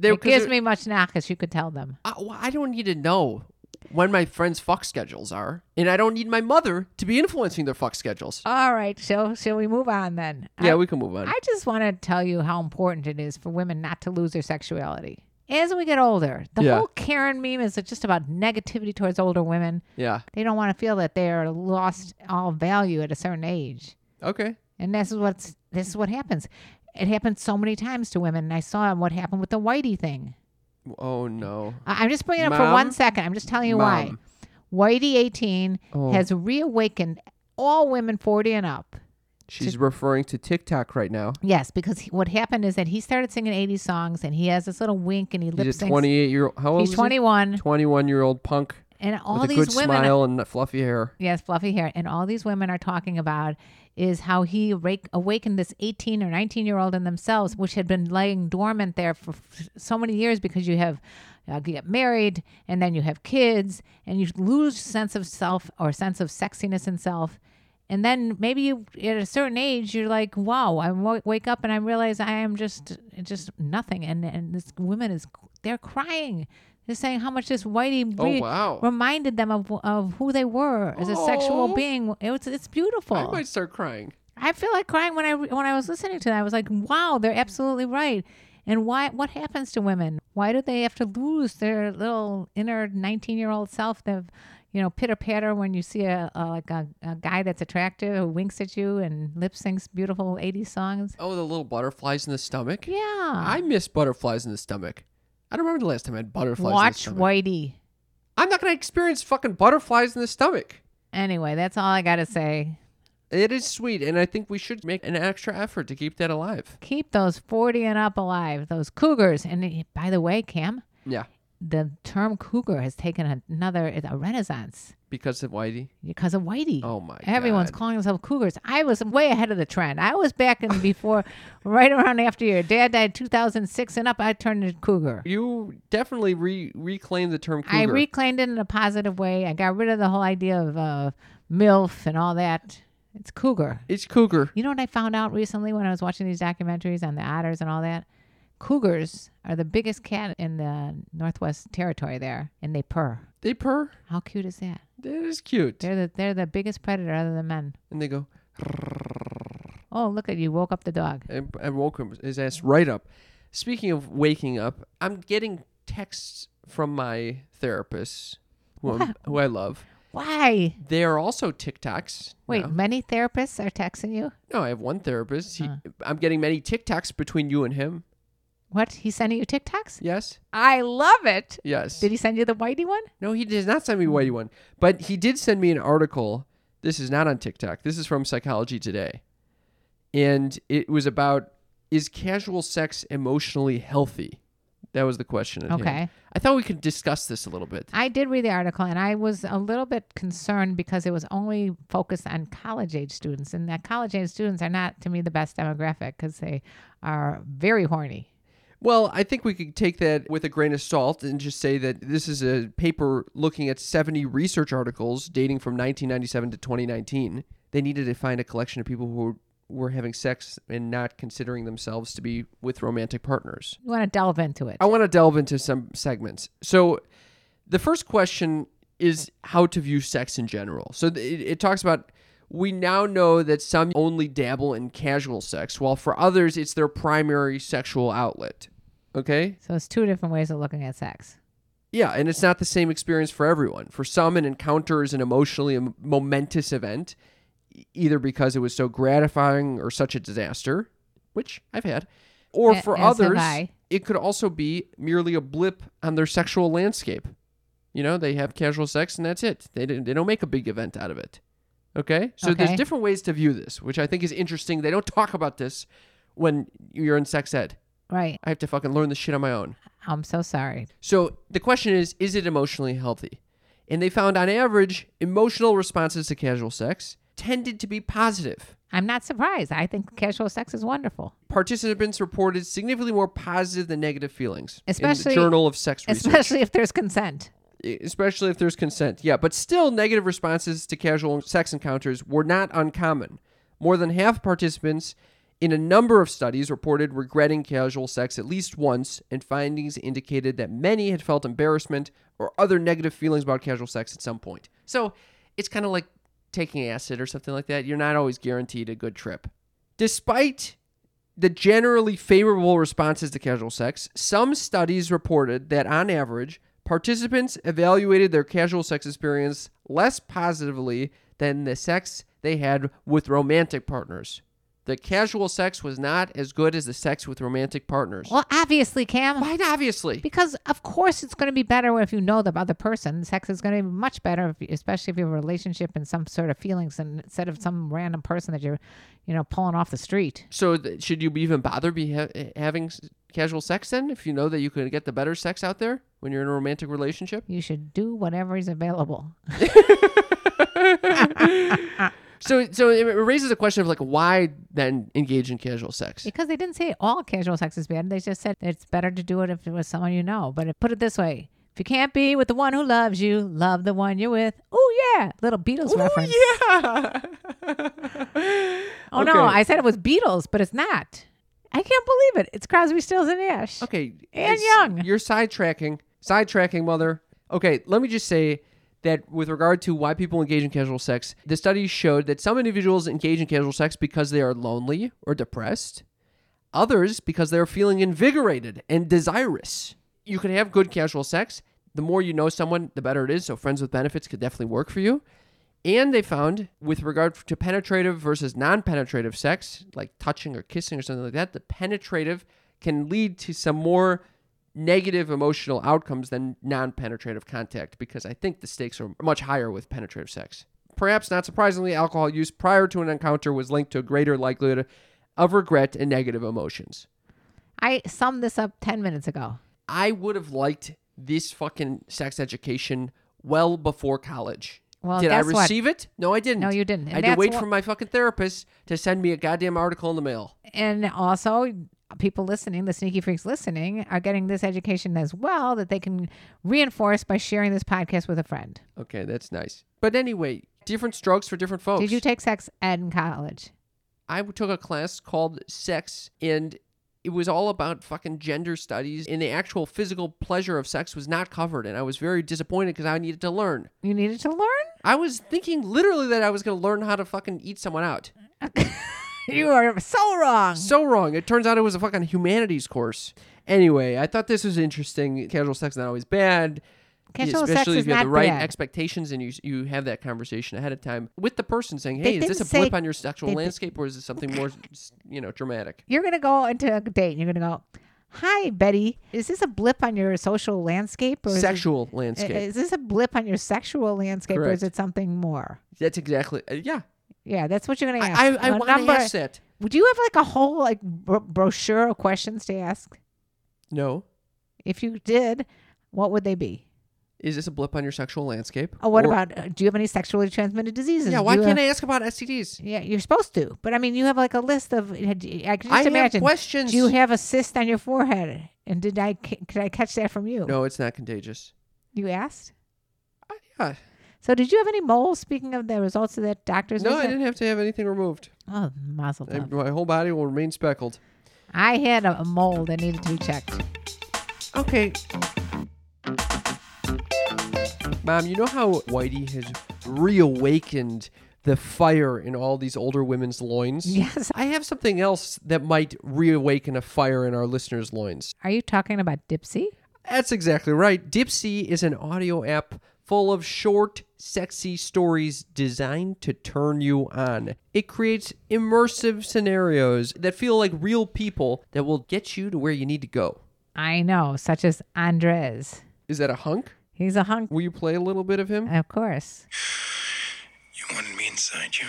S3: they're-
S2: it
S3: 'cause
S2: gives
S3: they're-
S2: me much knock, as you could tell them.
S3: I, well, I don't need to know when my friends' fuck schedules are, and I don't need my mother to be influencing their fuck schedules.
S2: All right, so shall we move on then?
S3: yeah,
S2: Oh, I,
S3: we can move on.
S2: I just want to tell you how important it is for women not to lose their sexuality. As we get older, the
S3: Yeah.
S2: whole Karen meme is just about negativity towards older women.
S3: yeah.
S2: They don't want to feel that they are lost all value at a certain age.
S3: Okay.
S2: And this is what's this is what happens. It happens so many times to women. And I saw what happened with the whitey thing.
S3: Oh no.
S2: I- I'm just bringing it up for
S3: Mom?
S2: one second. I'm just telling you
S3: Mom.
S2: why. Whitey 18
S3: Oh.
S2: has reawakened all women 40 and up.
S3: She's referring to TikTok right now.
S2: Yes, because he, what happened is that he started singing 80s songs and he has this little wink and he lip
S3: He's a
S2: syncs.
S3: 28 year old. How old
S2: He's
S3: is he?
S2: 21.
S3: 21 year old punk
S2: and all
S3: with a
S2: these
S3: good
S2: women.
S3: smile and fluffy hair.
S2: Yes, fluffy hair. And all these women are talking about is how he rake, awakened this 18 or 19 year old in themselves, which had been laying dormant there for f- so many years because you have uh, you get married and then you have kids and you lose sense of self or sense of sexiness and self. And then maybe you, at a certain age, you're like, wow, I w- wake up and I realize I am just just nothing. And, and this woman is, they're crying. They're saying how much this whitey
S3: Oh,
S2: re-
S3: wow.
S2: reminded them of, of who they were as a
S3: Aw.
S2: sexual being. It was, it's beautiful.
S3: I might start crying.
S2: I feel like crying when I when I was listening to that. I was like, wow, they're absolutely right. And why? What happens to women? Why do they have to lose their little inner nineteen-year-old self? That you know, pitter patter when you see a, a like a, a guy that's attractive who winks at you and lip syncs beautiful '80s songs.
S3: Oh, the little butterflies in the stomach.
S2: Yeah,
S3: I miss butterflies in the stomach. I don't remember the last time I had butterflies in the
S2: watch
S3: stomach.
S2: Whitey.
S3: I'm not going to experience fucking butterflies in the stomach.
S2: Anyway, that's all I gotta say.
S3: It is sweet, and I think we should make an extra effort to keep that alive.
S2: Keep those forty and up alive, those cougars. And eh, by the way, Cam,
S3: Yeah,
S2: the term cougar has taken another a renaissance.
S3: because of Whitey.
S2: because of Whitey.
S3: Oh, my
S2: Everyone's
S3: God.
S2: calling themselves Cougars. I was way ahead of the trend. I was back in before, right around after your dad died, 2006 and up. I turned to Cougar.
S3: You definitely re- reclaimed the term cougar.
S2: I reclaimed it in a positive way. I got rid of the whole idea of uh, milf and all that. It's Cougar.
S3: it's cougar.
S2: You know what I found out recently when I was watching these documentaries on the otters and all that? Cougars are the biggest cat in the Northwest Territory there, and they purr.
S3: They purr.
S2: How cute is that?
S3: That is cute.
S2: They're the they're the biggest predator other than men.
S3: And they go,
S2: Oh, look at you! Woke up the dog.
S3: and, and woke him, his ass right up. Speaking of waking up, I'm getting texts from my therapist, who, I'm- who I love.
S2: Why?
S3: They are also TikToks.
S2: Wait,
S3: now.
S2: many therapists are texting you.
S3: no, I have one therapist.
S2: Uh.
S3: He, I'm getting many TikToks between you and him.
S2: What? He's sending you TikToks?
S3: Yes,
S2: I love it.
S3: yes.
S2: Did he send you the whitey one?
S3: No, he did not send me a whitey one, but he did send me an article. This is not on TikTok. This is from Psychology Today, and it was about is casual sex emotionally healthy? That was the question. at hand.
S2: Okay.
S3: I thought we could discuss this a little bit.
S2: I did read the article and I was a little bit concerned because it was only focused on college age students. And that college age students are not, to me, the best demographic because they are very horny.
S3: Well, I think we could take that with a grain of salt and just say that this is a paper looking at 70 research articles dating from 1997 to 2019. They needed to find a collection of people who were having sex and not considering themselves to be with romantic partners.
S2: You want to delve into it.
S3: I want to delve into some segments. So, the first question is how to view sex in general. So, th- it, it talks about we now know that some only dabble in casual sex, while for others, it's their primary sexual outlet. Okay?
S2: So it's two different ways of looking at sex.
S3: Yeah, and it's not the same experience for everyone. For some, an encounter is an emotionally m- momentous event, e- either because it was so gratifying or such a disaster, which I've had, or
S2: A-
S3: for
S2: as have
S3: others,
S2: I.
S3: it could also be merely a blip on their sexual landscape. You know, they have casual sex and that's it. They didn't, they don't make a big event out of it. Okay? So
S2: Okay.
S3: there's different ways to view this, which I think is interesting. They don't talk about this when you're in sex ed.
S2: Right.
S3: I have to fucking learn this shit on my own.
S2: I'm so sorry.
S3: So the question is, is it emotionally healthy? And they found on average, emotional responses to casual sex tended to be positive.
S2: I'm not surprised. I think casual sex is wonderful,
S3: Participants reported significantly more positive than negative feelings.
S2: Especially-
S3: in the Journal of Sex Research.
S2: especially if there's consent.
S3: e, Especially if there's consent. Yeah, but still negative responses to casual sex encounters were not uncommon. More than half participants in a number of studies reported regretting casual sex at least once, and findings indicated that many had felt embarrassment or other negative feelings about casual sex at some point. So it's kind of like taking acid or something like that. You're not always guaranteed a good trip. Despite the generally favorable responses to casual sex, some studies reported that on average, participants evaluated their casual sex experience less positively than the sex they had with romantic partners. The casual sex was not as good as the sex with romantic partners.
S2: Well, obviously, Cam.
S3: Right, obviously.
S2: Because of course it's going to be better if you know the other person. Sex is going to be much better, if, especially if you have a relationship and some sort of feelings, and instead of some random person that you're, you know, pulling off the street.
S3: So, th- should you even bother be ha- having s- casual sex then if you know that you can get the better sex out there when you're in a romantic relationship?
S2: You should do whatever is available.
S3: So, so it it raises a question of like, why then engage in casual sex?
S2: Because they didn't say all casual sex is bad. They just said it's better to do it if it was someone you know. But if, put it this way. If you can't be with the one who loves you, love the one you're with. Oh yeah, little Beatles reference.
S3: yeah.
S2: Oh no, I said it was Beatles, but it's not. I can't believe it. It's Crosby, Stills, and Nash.
S3: Okay.
S2: And
S3: it's-
S2: young.
S3: You're sidetracking. Sidetracking, mother. Okay, let me just say that with regard to why people engage in casual sex, the studies showed that some individuals engage in casual sex because they are lonely or depressed, others because they're feeling invigorated and desirous. You can have good casual sex. The more you know someone, the better it is. So, friends with benefits could definitely work for you. And they found, with regard to penetrative versus non penetrative sex, like touching or kissing or something like that, the penetrative can lead to some more negative emotional outcomes than non penetrative contact because I think the stakes are much higher with penetrative sex. Perhaps not surprisingly, alcohol use prior to an encounter was linked to a greater likelihood of regret and negative emotions.
S2: I summed this up 10 minutes ago.
S3: I would have liked this fucking sex education well before college.
S2: Well,
S3: did I
S2: guess what?
S3: receive it? No, I didn't.
S2: No, you didn't. And
S3: I had to
S2: that's
S3: wait
S2: wha-
S3: for my fucking therapist to send me a goddamn article in the mail.
S2: And also, people listening, the sneaky freaks listening, are getting this education as well that they can reinforce by sharing this podcast with a friend.
S3: Okay, that's nice. But anyway, different strokes for different folks.
S2: Did you take sex ed in college?
S3: I took a class called Sex, and it was all about fucking gender studies, and the actual physical pleasure of sex was not covered. And I was very disappointed because I needed to learn.
S2: You needed to learn?
S3: I was thinking literally that I was going to learn how to fucking eat someone out.
S2: You are so wrong.
S3: So wrong. It turns out it was a fucking humanities course. Anyway, I thought this was interesting. Casual sex is not always bad.
S2: Casual
S3: Especially
S2: sex
S3: if
S2: is
S3: you have
S2: not
S3: the right
S2: bad.
S3: expectations and you you have that conversation ahead of time with the person saying,
S2: They
S3: "Hey, is this a
S2: didn't say-
S3: blip on your sexual
S2: they di-
S3: landscape, or is this something more, you know, dramatic?"
S2: You're going to go into a date and you're going to go, Hi, Betty. Is this a blip on your social landscape? Or is it-
S3: Sexual
S2: i-
S3: landscape.
S2: Is this a blip on your sexual landscape or is
S3: Correct.
S2: it something more?
S3: That's exactly. Uh, yeah,
S2: Yeah, that's what you're going to ask.
S3: I, I, I
S2: A
S3: want to
S2: number-
S3: ask that.
S2: Would you have like a whole like bro- brochure of questions to ask?
S3: No,
S2: If you did, what would they be?
S3: Is this a blip on your sexual landscape?
S2: Oh, what
S3: Or-
S2: about? Uh, do you have any sexually transmitted diseases?
S3: Yeah,
S2: Do
S3: why
S2: you
S3: can't
S2: have-
S3: I ask about STDs?
S2: Yeah, you're supposed to, but I mean, you have like a list of. uh, I can just
S3: I have
S2: imagine.
S3: questions.
S2: Do you have a cyst on your forehead? And did I ca- could I catch that from you?
S3: No, it's not contagious.
S2: You asked.
S3: Uh, yeah.
S2: So did you have any moles? Speaking of the results of that doctor's
S3: No, I
S2: visit?
S3: didn't have to have anything removed.
S2: Oh, mazel
S3: I-
S2: tov.
S3: my whole body will remain speckled.
S2: I had a, a mole that needed to be checked.
S3: Okay. Mom, you know how Whitey has reawakened the fire in all these older women's loins?
S2: Yes.
S3: I have something else that might reawaken a fire in our listeners' loins.
S2: Are you talking about Dipsy?
S3: That's exactly right. Dipsy is an audio app full of short, sexy stories designed to turn you on. It creates immersive scenarios that feel like real people that will get you to where you need to go.
S2: I know, such as Andres.
S3: Is that a hunk?
S2: He's a hunk,
S3: Will you play a little bit of him?
S2: of course.
S5: You wanted me inside you.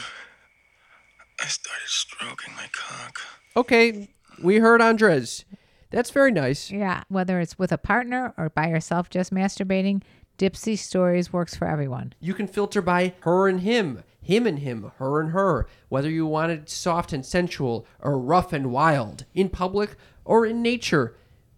S5: I started stroking my cock.
S3: Okay, we heard Andres. That's very nice.
S2: Yeah, whether it's with a partner or by yourself just masturbating, Dipsy Stories works for everyone.
S3: You can filter by her and him, him and him, her and her, whether you want it soft and sensual or rough and wild, in public or in nature.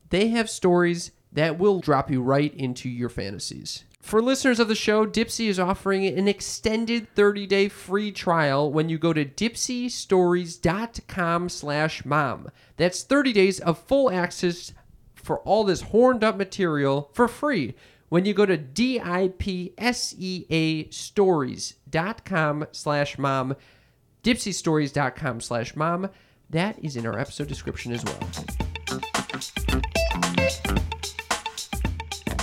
S3: They have stories that will drop you right into your fantasies. For listeners of the show, Dipsy is offering an extended 30-day free trial when you go to dipsystories.com slash mom. That's 30 days of full access for all this horned up material for free when you go to D-I-P-S-E-A stories.com slash mom, dipsystories.com slash mom. That is in our episode description as well.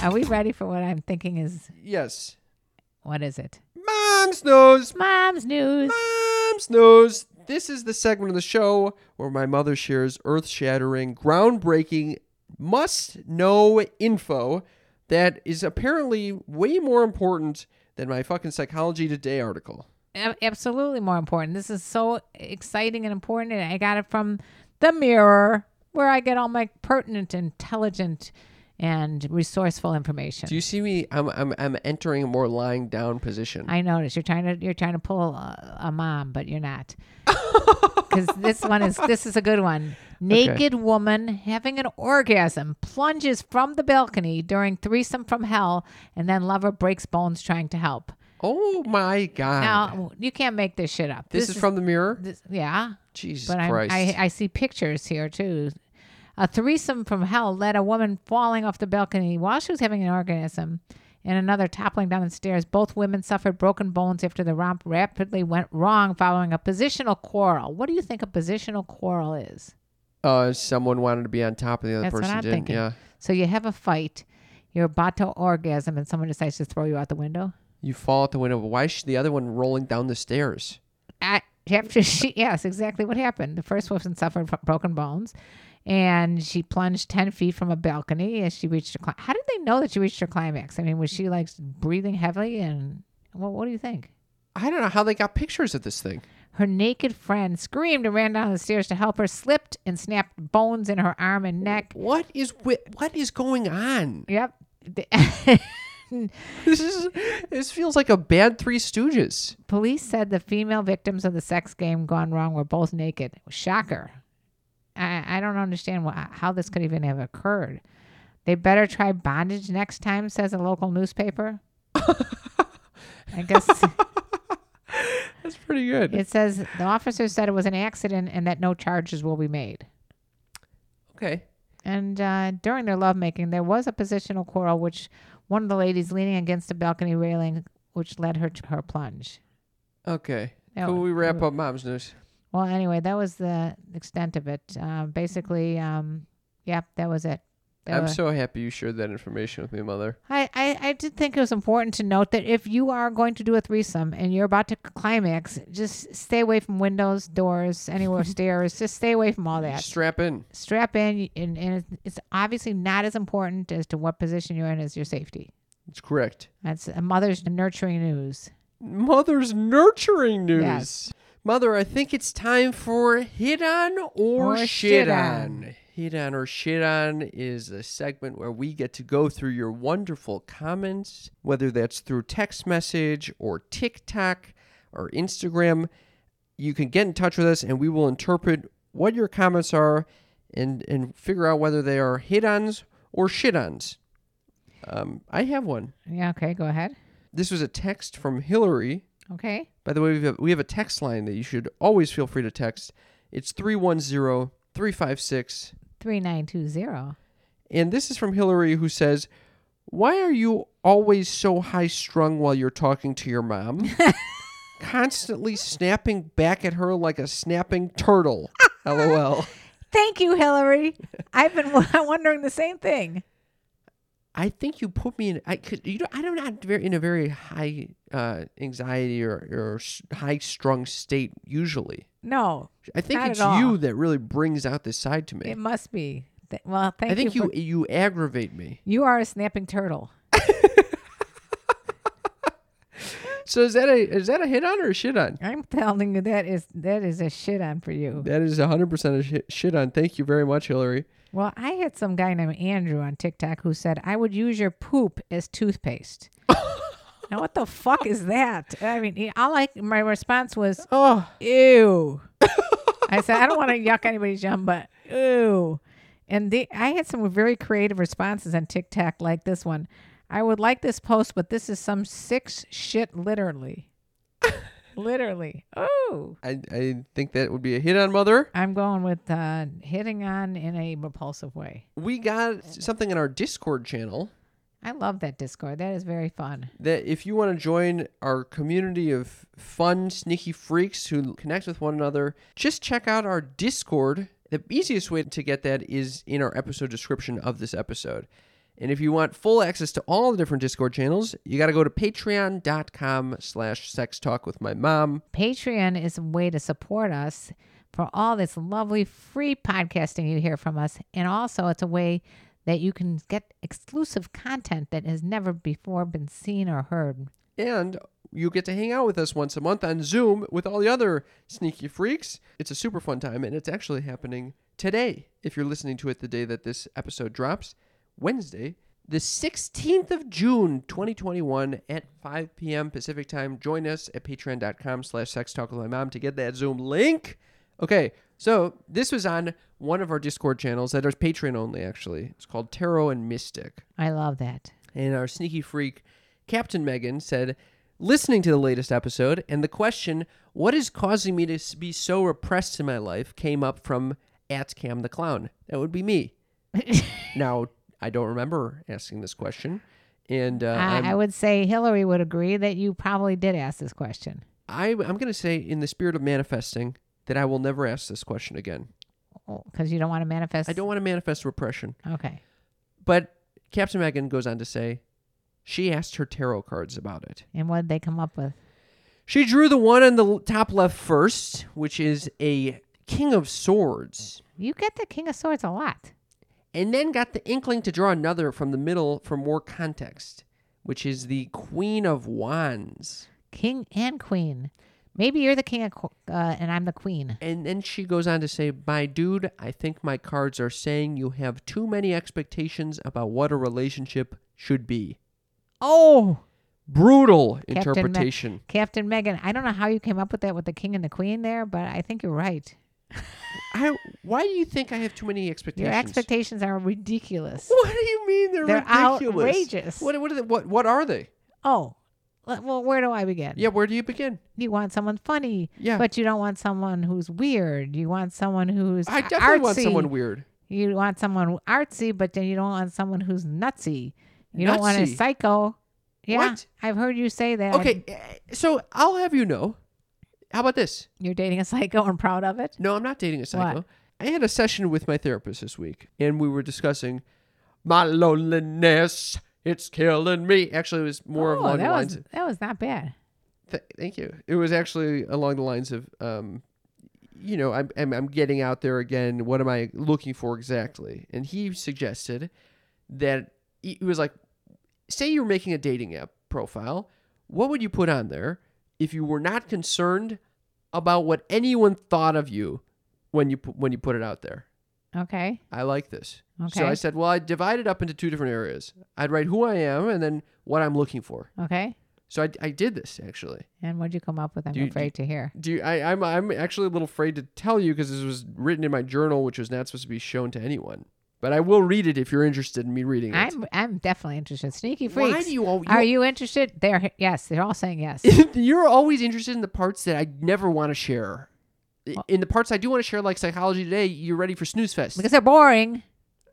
S2: Are we ready for what I'm thinking is
S3: Yes.
S2: what is it?
S3: Mom's nose.
S2: Mom's news.
S3: Mom's nose. This is the segment of the show where my mother shares earth shattering, groundbreaking, must know info that is apparently way more important than my fucking Psychology Today article.
S2: A- Absolutely more important. This is so exciting and important. And I got it from the mirror where I get all my pertinent, intelligent, and resourceful information.
S3: Do you see me? I'm, I'm, I'm entering a more lying down position.
S2: I noticed you're trying to you're trying to pull a, a mom, but you're not. Because this one is this is a good one. Naked woman having an orgasm plunges from the balcony during threesome from hell, and then lover breaks bones trying to help.
S3: oh my God.
S2: Now you can't make this shit up.
S3: this, is, from the mirror?
S2: this, yeah,
S3: Jesus
S2: but I'm,
S3: Christ.
S2: I I see pictures here too. A threesome from hell led a woman falling off the balcony while she was having an orgasm and another toppling down the stairs. Both women suffered broken bones after the romp rapidly went wrong following a positional quarrel. What do you think a positional quarrel is?
S3: uh, someone wanted to be on top of the other
S2: That's what
S3: person,
S2: I'm
S3: didn't
S2: thinking.
S3: yeah?
S2: So you have a fight, you're about to orgasm, and someone decides to throw you out the window?
S3: You fall out the window. but Why is the other one rolling down the stairs?
S2: I, after she, yes, exactly what happened. The first woman suffered from broken bones, and she plunged ten feet from a balcony as she reached her. Cli- How did they know that she reached her climax? I mean, was she like breathing heavily? And well, what do you think?
S3: I don't know how they got pictures of this thing.
S2: Her naked friend screamed and ran down the stairs to help her. Slipped and snapped bones in her arm and neck.
S3: What is wi- what is going on?
S2: Yep. The-
S3: This is this feels like a bad Three Stooges.
S2: Police said the female victims of the sex game gone wrong were both naked. Shocker. I, I don't understand wh- how this could even have occurred. They better try bondage next time, says a local newspaper. I guess
S3: That's pretty good.
S2: it says the officer said it was an accident and that no charges will be made.
S3: okay.
S2: And uh, during their lovemaking, there was a positional quarrel, which one of the ladies leaning against the balcony railing, which led her to her plunge.
S3: Okay.
S2: That
S3: Can
S2: was-
S3: we wrap up mom's news?
S2: Well, anyway, that was the extent of it. Uh, basically, um, yeah, that was it. That
S3: I'm
S2: was-
S3: so happy you shared that information with me, mother.
S2: I, I, I did think it was important to note that if you are going to do a threesome and you're about to climax, just stay away from windows, doors, anywhere, stairs. Just stay away from all that.
S3: Strap in.
S2: Strap in, and, and it's obviously not as important as to what position you're in as your safety.
S3: It's correct.
S2: That's a mother's nurturing news.
S3: Mother's nurturing news.
S2: Yes.
S3: Mother, I think it's time for hit on or,
S2: Or
S3: shit,
S2: shit
S3: on.
S2: on.
S3: Hit on or shit on is a segment where we get to go through your wonderful comments, whether that's through text message or TikTok or Instagram. You can get in touch with us and we will interpret what your comments are and, and figure out whether they are hit ons or shit ons. Um, I have one.
S2: Yeah, okay, go ahead.
S3: This was a text from Hillary.
S2: Okay.
S3: By the way, we have, we have a text line that you should always feel free to text. It's 310 356.
S2: 3920.
S3: And this is from Hillary, who says, Why are you always so high strung while you're talking to your mom? Constantly snapping back at her like a snapping turtle. LOL.
S2: Thank you, Hillary. I've been w- wondering the same thing.
S3: I think you put me in. I could. You know, I don't not very in a very high uh, anxiety or, or s- high strung state usually.
S2: No,
S3: I think
S2: Not at
S3: it's
S2: all.
S3: you that really brings out this side to me.
S2: it must be. Th- well, thank
S3: I think
S2: you.
S3: you
S2: for-
S3: you aggravate me.
S2: you are a snapping turtle.
S3: So is that a is that a hit on or a shit on?
S2: I'm telling you, that is that is a shit on for you.
S3: That is 100% a shit, shit on. Thank you very much, Hillary.
S2: Well, I had some guy named Andrew on TikTok who said I would use your poop as toothpaste. now, what the fuck is that? I mean, he- all I my response was,
S3: Oh,
S2: ew. I said, I don't want to yuck anybody's yum, but ew. And they, I had some very creative responses on TikTok like this one. I would like this post, but this is some six shit literally. literally. Oh.
S3: I, I think that would be a hit on mother.
S2: I'm going with uh, hitting on in a repulsive way.
S3: We got something in our Discord channel
S2: I love that Discord. That is very fun.
S3: that if you want to join our community of fun, sneaky freaks who connect with one another, just check out our Discord. The easiest way to get that is in our episode description of this episode. And if you want full access to all the different Discord channels, you got to go to patreon.com slash sex talk with my mom.
S2: Patreon is a way to support us for all this lovely free podcasting you hear from us. And also, it's a way that you can get exclusive content that has never before been seen or heard.
S3: And you get to hang out with us once a month on Zoom with all the other sneaky freaks. It's a super fun time, and it's actually happening today. If you're listening to it the day that this episode drops, Wednesday, the 16th of June, 2021, at 5 p.m. Pacific time. Join us at patreon.com slash sex talk with my mom to get that Zoom link. Okay, so this was on one of our Discord channels that is Patreon only, actually. It's called Tarot and Mystic.
S2: I love that.
S3: And our sneaky freak, Captain Megan, said, listening to the latest episode, and the question, what is causing me to s- be so repressed in my life, came up from at Cam the Clown. That would be me. now, I don't remember asking this question. And uh, I'm,
S2: I, I would say Hillary would agree that you probably did ask this question.
S3: I, I'm going to say, in the spirit of manifesting, that I will never ask this question again.
S2: Because oh, you don't want to manifest.
S3: I don't want to manifest repression.
S2: Okay.
S3: But Captain Megan goes on to say, she asked her tarot cards about it.
S2: And what did they come up with?
S3: She drew the one on the l- top left first, which is a King of Swords,
S2: You get the King of Swords a lot.
S3: and then got the inkling to draw another from the middle for more context, which is the Queen of Wands.
S2: King and Queen. Maybe you're the King of, Qu- uh, and I'm the Queen.
S3: And then she goes on to say, My dude, I think my cards are saying you have too many expectations about what a relationship should be.
S2: Oh,
S3: Brutal
S2: Captain Me-
S3: interpretation.
S2: Captain Megan. I don't know how you came up with that with the King and the Queen there, but I think you're right.
S3: I, why do you think I have too many expectations?
S2: Your expectations are ridiculous.
S3: What do you mean they're,
S2: They're
S3: ridiculous?
S2: outrageous.
S3: What, what, are they, what, what are they?
S2: Oh, le- well, where do I begin?
S3: Yeah, where do you begin?
S2: You want someone funny,
S3: Yeah.
S2: but you don't want someone who's weird. You want someone who's
S3: I
S2: a-
S3: definitely
S2: artsy.
S3: want someone weird.
S2: You want someone artsy, but then you don't want someone who's nutsy. You don't want a
S3: Nutsy?
S2: psycho. Yeah,
S3: What?
S2: I've heard you say that.
S3: Okay, eh, so I'll have you know. How about this?
S2: You're dating a psycho and proud of it.
S3: No, I'm not dating a psycho.
S2: What?
S3: I had a session with my therapist this week, and we were discussing my loneliness. It's killing me. Actually, it was more
S2: oh,
S3: along the
S2: that
S3: lines.
S2: was that was not bad.
S3: Th- thank you. It was actually along the lines of, um, you know, I'm, I'm I'm getting out there again. What am I looking for exactly? And he suggested that he he was like, say you were making a dating app profile, what would you put on there if you were not concerned about what anyone thought of you when you pu- when you put it out there?
S2: Okay.
S3: I like this. So
S2: Okay.
S3: I said, well, I divide it up into two different areas. I'd write who I am and then what I'm looking for.
S2: Okay.
S3: So I, I did this actually.
S2: And what'd you come up with? I'm
S3: Do you- do-
S2: afraid to hear.
S3: Do you, I, I'm I'm actually a little afraid to tell you because this was written in my journal, which was not supposed to be shown to anyone. But I will read it if you're interested in me reading it.
S2: I'm I'm definitely interested. Sneaky
S3: Why
S2: freaks.
S3: do you al-
S2: Are
S3: you-
S2: you interested? They're yes. They're all saying yes.
S3: you're always interested in the parts that I never want to share. I- In the parts I do want to share, like psychology today, you're ready for snooze fest.
S2: because they're boring.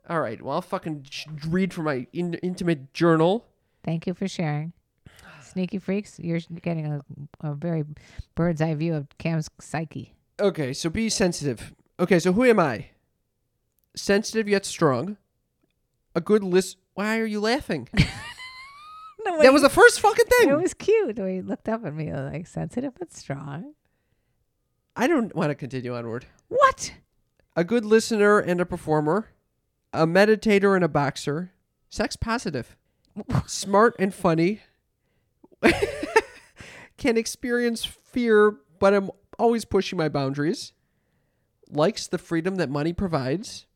S3: All right, well I'll fucking sh- read from my in- intimate journal.
S2: Thank you for sharing. Sneaky freaks, you're getting a, a very bird's eye view of Cam's psyche.
S3: Okay, so be sensitive. Okay, so who am I? Sensitive yet strong. A good list. Why are you laughing?
S2: No,
S3: that was the first fucking thing.
S2: It was cute. The way he looked up at me, like sensitive but strong.
S3: I don't want to continue onward.
S2: What?
S3: A good listener and a performer. A meditator and a boxer. Sex positive. Smart and funny. Can experience fear, but I'm always pushing my boundaries. Likes the freedom that money provides.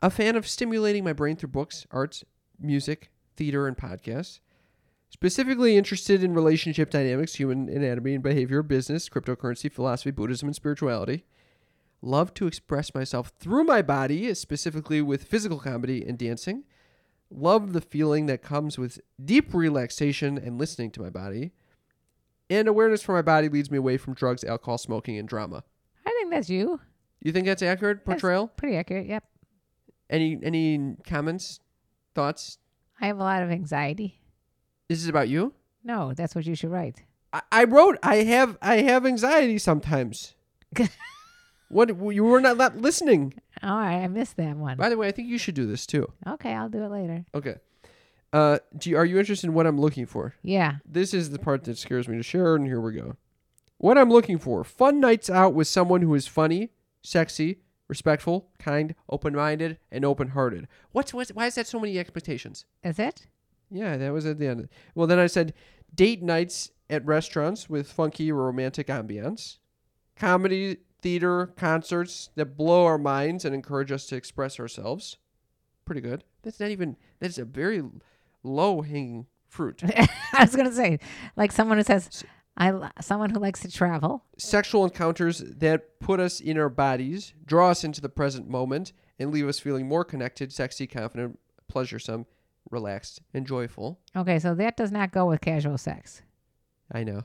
S3: A fan of stimulating my brain through books, arts, music, theater, and podcasts. Specifically interested in relationship dynamics, human anatomy and behavior, business, cryptocurrency, philosophy, Buddhism, and spirituality love to express myself through my body, specifically with physical comedy and dancing. Love the feeling that comes with deep relaxation and listening to my body. And awareness for my body leads me away from drugs, alcohol, smoking, and drama.
S2: I think that's you.
S3: You think that's accurate
S2: That's
S3: portrayal?
S2: pretty accurate. Yep.
S3: Any any comments, thoughts?
S2: I have a lot of anxiety.
S3: This is about you.
S2: No, that's what you should write.
S3: I, I wrote. I have I have anxiety sometimes. what you were not, not listening.
S2: All right, I missed that one.
S3: By the way, I think you should do this too.
S2: Okay, I'll do it later.
S3: Okay. Uh, do you, are you interested in what I'm looking for?
S2: Yeah.
S3: This is the part that scares me to share, and here we go. What I'm looking for fun nights out with someone who is funny, sexy, respectful, kind, open minded, and open hearted. What's, what's, why is that so many expectations?
S2: Is it?
S3: Yeah, that was at the end. Well, then I said date nights at restaurants with funky romantic ambience, comedy, theater, concerts that blow our minds and encourage us to express ourselves. Pretty good. That's not even, that's a very low hanging fruit.
S2: I was gonna say, like someone who says, I li- someone who likes to travel.
S3: sexual encounters that put us in our bodies, draw us into the present moment, and leave us feeling more connected, sexy, confident, pleasuresome, relaxed, and joyful.
S2: Okay, so that does not go with casual sex.
S3: I know.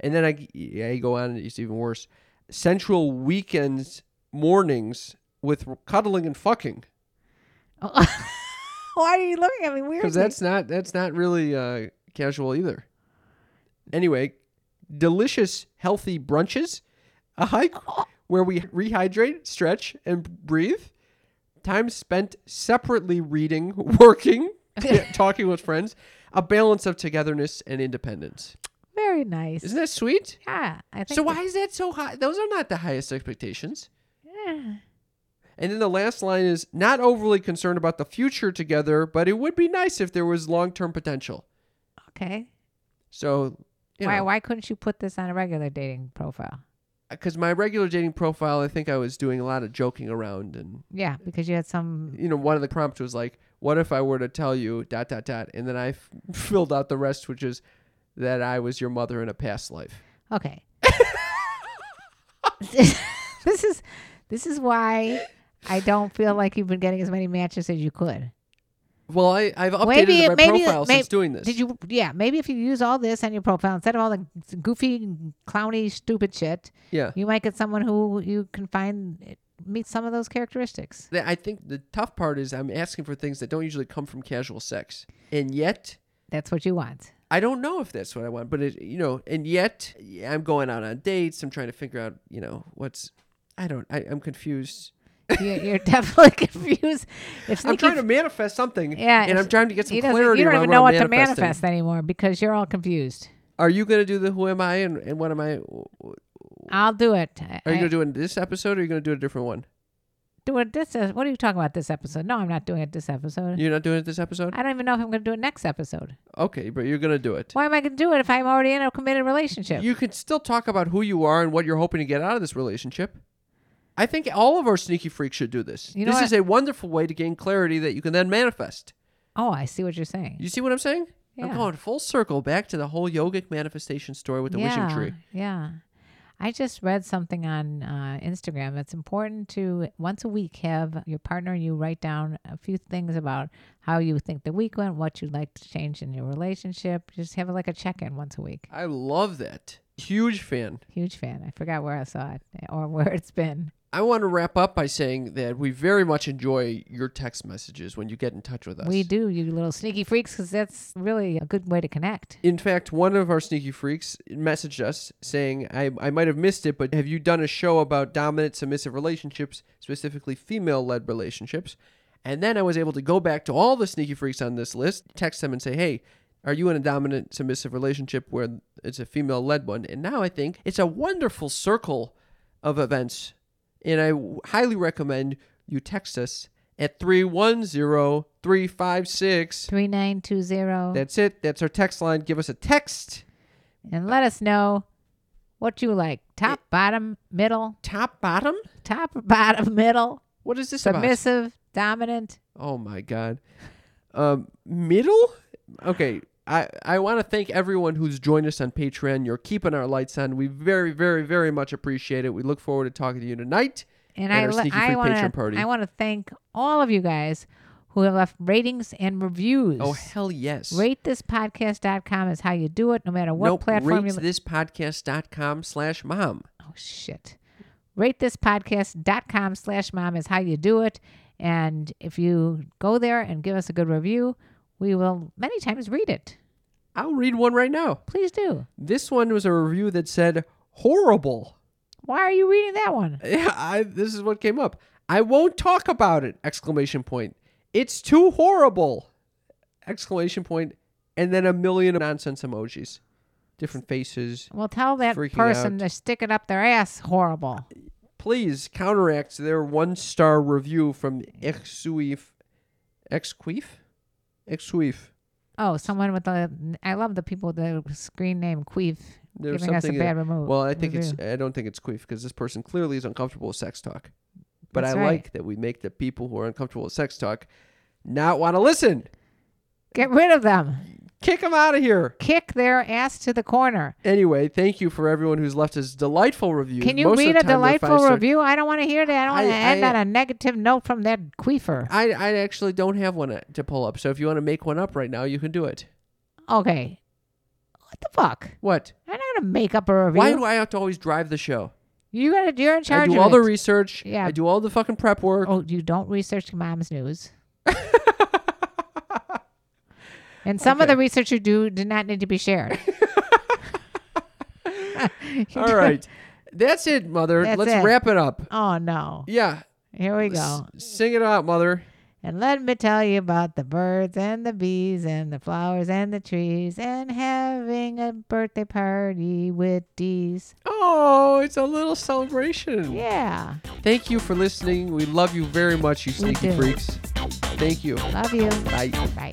S3: And then I, I go on, and it's even worse. Sensual weekends, mornings with cuddling and fucking.
S2: Why are you looking at me weirdly?
S3: because that's not that's not really uh, casual either. Anyway, delicious, healthy brunches, a hike where we rehydrate, stretch, and breathe. Time spent separately reading, working, talking with friends. A balance of togetherness and independence.
S2: very nice.
S3: Isn't that sweet?
S2: yeah, I think.
S3: So why is that so high? Those are not the highest expectations.
S2: Yeah.
S3: And then the last line is not overly concerned about the future together, but it would be nice if there was long-term potential.
S2: Okay.
S3: So, you
S2: why?
S3: know,
S2: Why couldn't you put this on a regular dating profile?
S3: because my regular dating profile, I think I was doing a lot of joking around, and
S2: Yeah, because you had some.
S3: you know, one of the prompts was like, "What if I were to tell you dot dot dot," and then I f- filled out the rest, which is that I was your mother in a past life.
S2: Okay. this is this is why I don't feel like you've been getting as many matches as you could.
S3: Well, I I've updated
S2: Maybe-
S3: my
S2: maybe-
S3: profile
S2: may-
S3: since doing this.
S2: Did you? Yeah, maybe if you use all this on your profile instead of all the goofy, clowny, stupid shit,
S3: Yeah.
S2: you might get someone who you can find meet some of those characteristics.
S3: Th- I think the tough part is I'm asking for things that don't usually come from casual sex, and yet
S2: That's what you want.
S3: I don't know if that's what I want, but it, you know, and yet yeah, I'm going out on dates. I'm trying to figure out, you know, what's I don't I, I'm confused.
S2: You're, you're definitely confused. If
S3: I'm
S2: Sneaky
S3: trying to manifest something.
S2: Yeah,
S3: and I'm trying to get some
S2: he doesn't-
S3: clarity.
S2: You don't
S3: around
S2: even know what
S3: I'm
S2: to
S3: manifesting.
S2: manifest anymore because you're all confused.
S3: Are you going to do the who am I and, and what am I? Are
S2: I'll do it.
S3: you going to do it in this episode or are you going to do a different one?
S2: do it this? is- What are you talking about this episode? No, I'm not doing it this episode.
S3: You're not doing it this episode.
S2: I don't even know if I'm going to do it next episode.
S3: Okay, but you're going to do it.
S2: Why am I going to do it if I'm already in a committed relationship?
S3: You can still talk about who you are and what you're hoping to get out of this relationship. I think all of our sneaky freaks should do this.
S2: You know
S3: this
S2: what?
S3: is a wonderful way to gain clarity that you can then manifest.
S2: Oh, I see what you're saying.
S3: You see what I'm saying?
S2: Yeah.
S3: I'm going full circle back to the whole yogic manifestation story with the
S2: yeah,
S3: wishing tree.
S2: Yeah. I just read something on uh, Instagram. It's important to once a week have your partner and you write down a few things about how you think the week went, what you'd like to change in your relationship. Just have like a check in once a week.
S3: I love that. Huge fan.
S2: Huge fan. I forgot where I saw it eh, or where it's been.
S3: I want to wrap up by saying that we very much enjoy your text messages when you get in touch with us.
S2: We do, you little sneaky freaks, because that's really a good way to connect.
S3: In fact, one of our sneaky freaks messaged us saying, I, I might have missed it, but have you done a show about dominant submissive relationships, specifically female led relationships? And then I was able to go back to all the sneaky freaks on this list, text them and say, hey, are you in a dominant submissive relationship where it's a female led one? And now I think it's a wonderful circle of events. And I w- highly recommend you text us at 310 356.
S2: 3920.
S3: That's it. That's our text line. Give us a text.
S2: and let us know what you like top, bottom, middle,
S3: Top bottom?
S2: top, bottom, middle.
S3: What is this about?
S2: submissive, dominant.
S3: Oh my god. Um middle? Okay. I, I want to thank everyone who's joined us on Patreon. You're keeping our lights on. We very, very, very much appreciate it. We look forward to talking to you tonight.
S2: And
S3: at
S2: I,
S3: our
S2: li-
S3: Sneaky
S2: I
S3: Freak
S2: want
S3: Patreon
S2: to
S3: party.
S2: I want to thank all of you guys who have left ratings and reviews.
S3: oh, hell yes.
S2: ratethispodcast.com is how you do it, no matter uh, what
S3: nope,
S2: platform you.
S3: rate
S2: li-
S3: thispodcast.com slash mom.
S2: oh shit! Ratethispodcast.com slash mom is how you do it, and if you go there and give us a good review, we will many times read it.
S3: I'll read one right now.
S2: Please do.
S3: This one was a review that said, horrible.
S2: Why are you reading that one?
S3: Yeah, I, this is what came up. I won't talk about it! Exclamation point. It's too horrible! Exclamation point, and then a million nonsense emojis, different faces.
S2: Well, tell that
S3: Freaking
S2: person
S3: out.
S2: to stick it up their ass. Horrible.
S3: Please counteract their one-star review from Exuif, Exqueef, Exuif.
S2: Oh, someone with the I love the people with the screen name Queef
S3: There's
S2: giving us a
S3: something-
S2: bad remote.
S3: Well, I think it's. I don't think it's queef because this person clearly is uncomfortable with sex talk. But
S2: That's
S3: I
S2: right.
S3: like that we make the people who are uncomfortable with sex talk not want to listen.
S2: get rid of them.
S3: Kick them out of here.
S2: Kick their ass to the corner.
S3: Anyway, thank you for everyone who's left us delightful reviews.
S2: Can you
S3: Most
S2: read
S3: of the
S2: a
S3: time they're
S2: delightful
S3: five-star.
S2: review? I don't want to hear that. I don't want to
S3: I-
S2: end
S3: I-
S2: on a negative note from that queefer.
S3: I, I actually don't have one uh, to pull up, so if you want to make one up right now, you can do it.
S2: okay. What the fuck?
S3: What?
S2: I'm not gonna make up a review.
S3: Why do I have to always drive the show?
S2: you gotta you're in charge
S3: I do
S2: of
S3: all the
S2: it.
S3: research.
S2: Yeah.
S3: I do all the fucking prep work.
S2: oh, you don't research mom's news. and some of the research you do did not need to be shared.
S3: All right. That's it, mother.
S2: That's
S3: Let's
S2: it.
S3: wrap it up.
S2: Oh no.
S3: Yeah.
S2: Here we
S3: S-
S2: go.
S3: sing it out, mother.
S2: And let me tell you about the birds and the bees and the flowers and the trees and having a birthday party with these.
S3: Oh, it's a little celebration.
S2: Yeah.
S3: Thank you for listening. We love you very much, you
S2: We
S3: sneaky
S2: do.
S3: freaks. Thank you.
S2: Love you.
S3: Bye.
S2: Bye.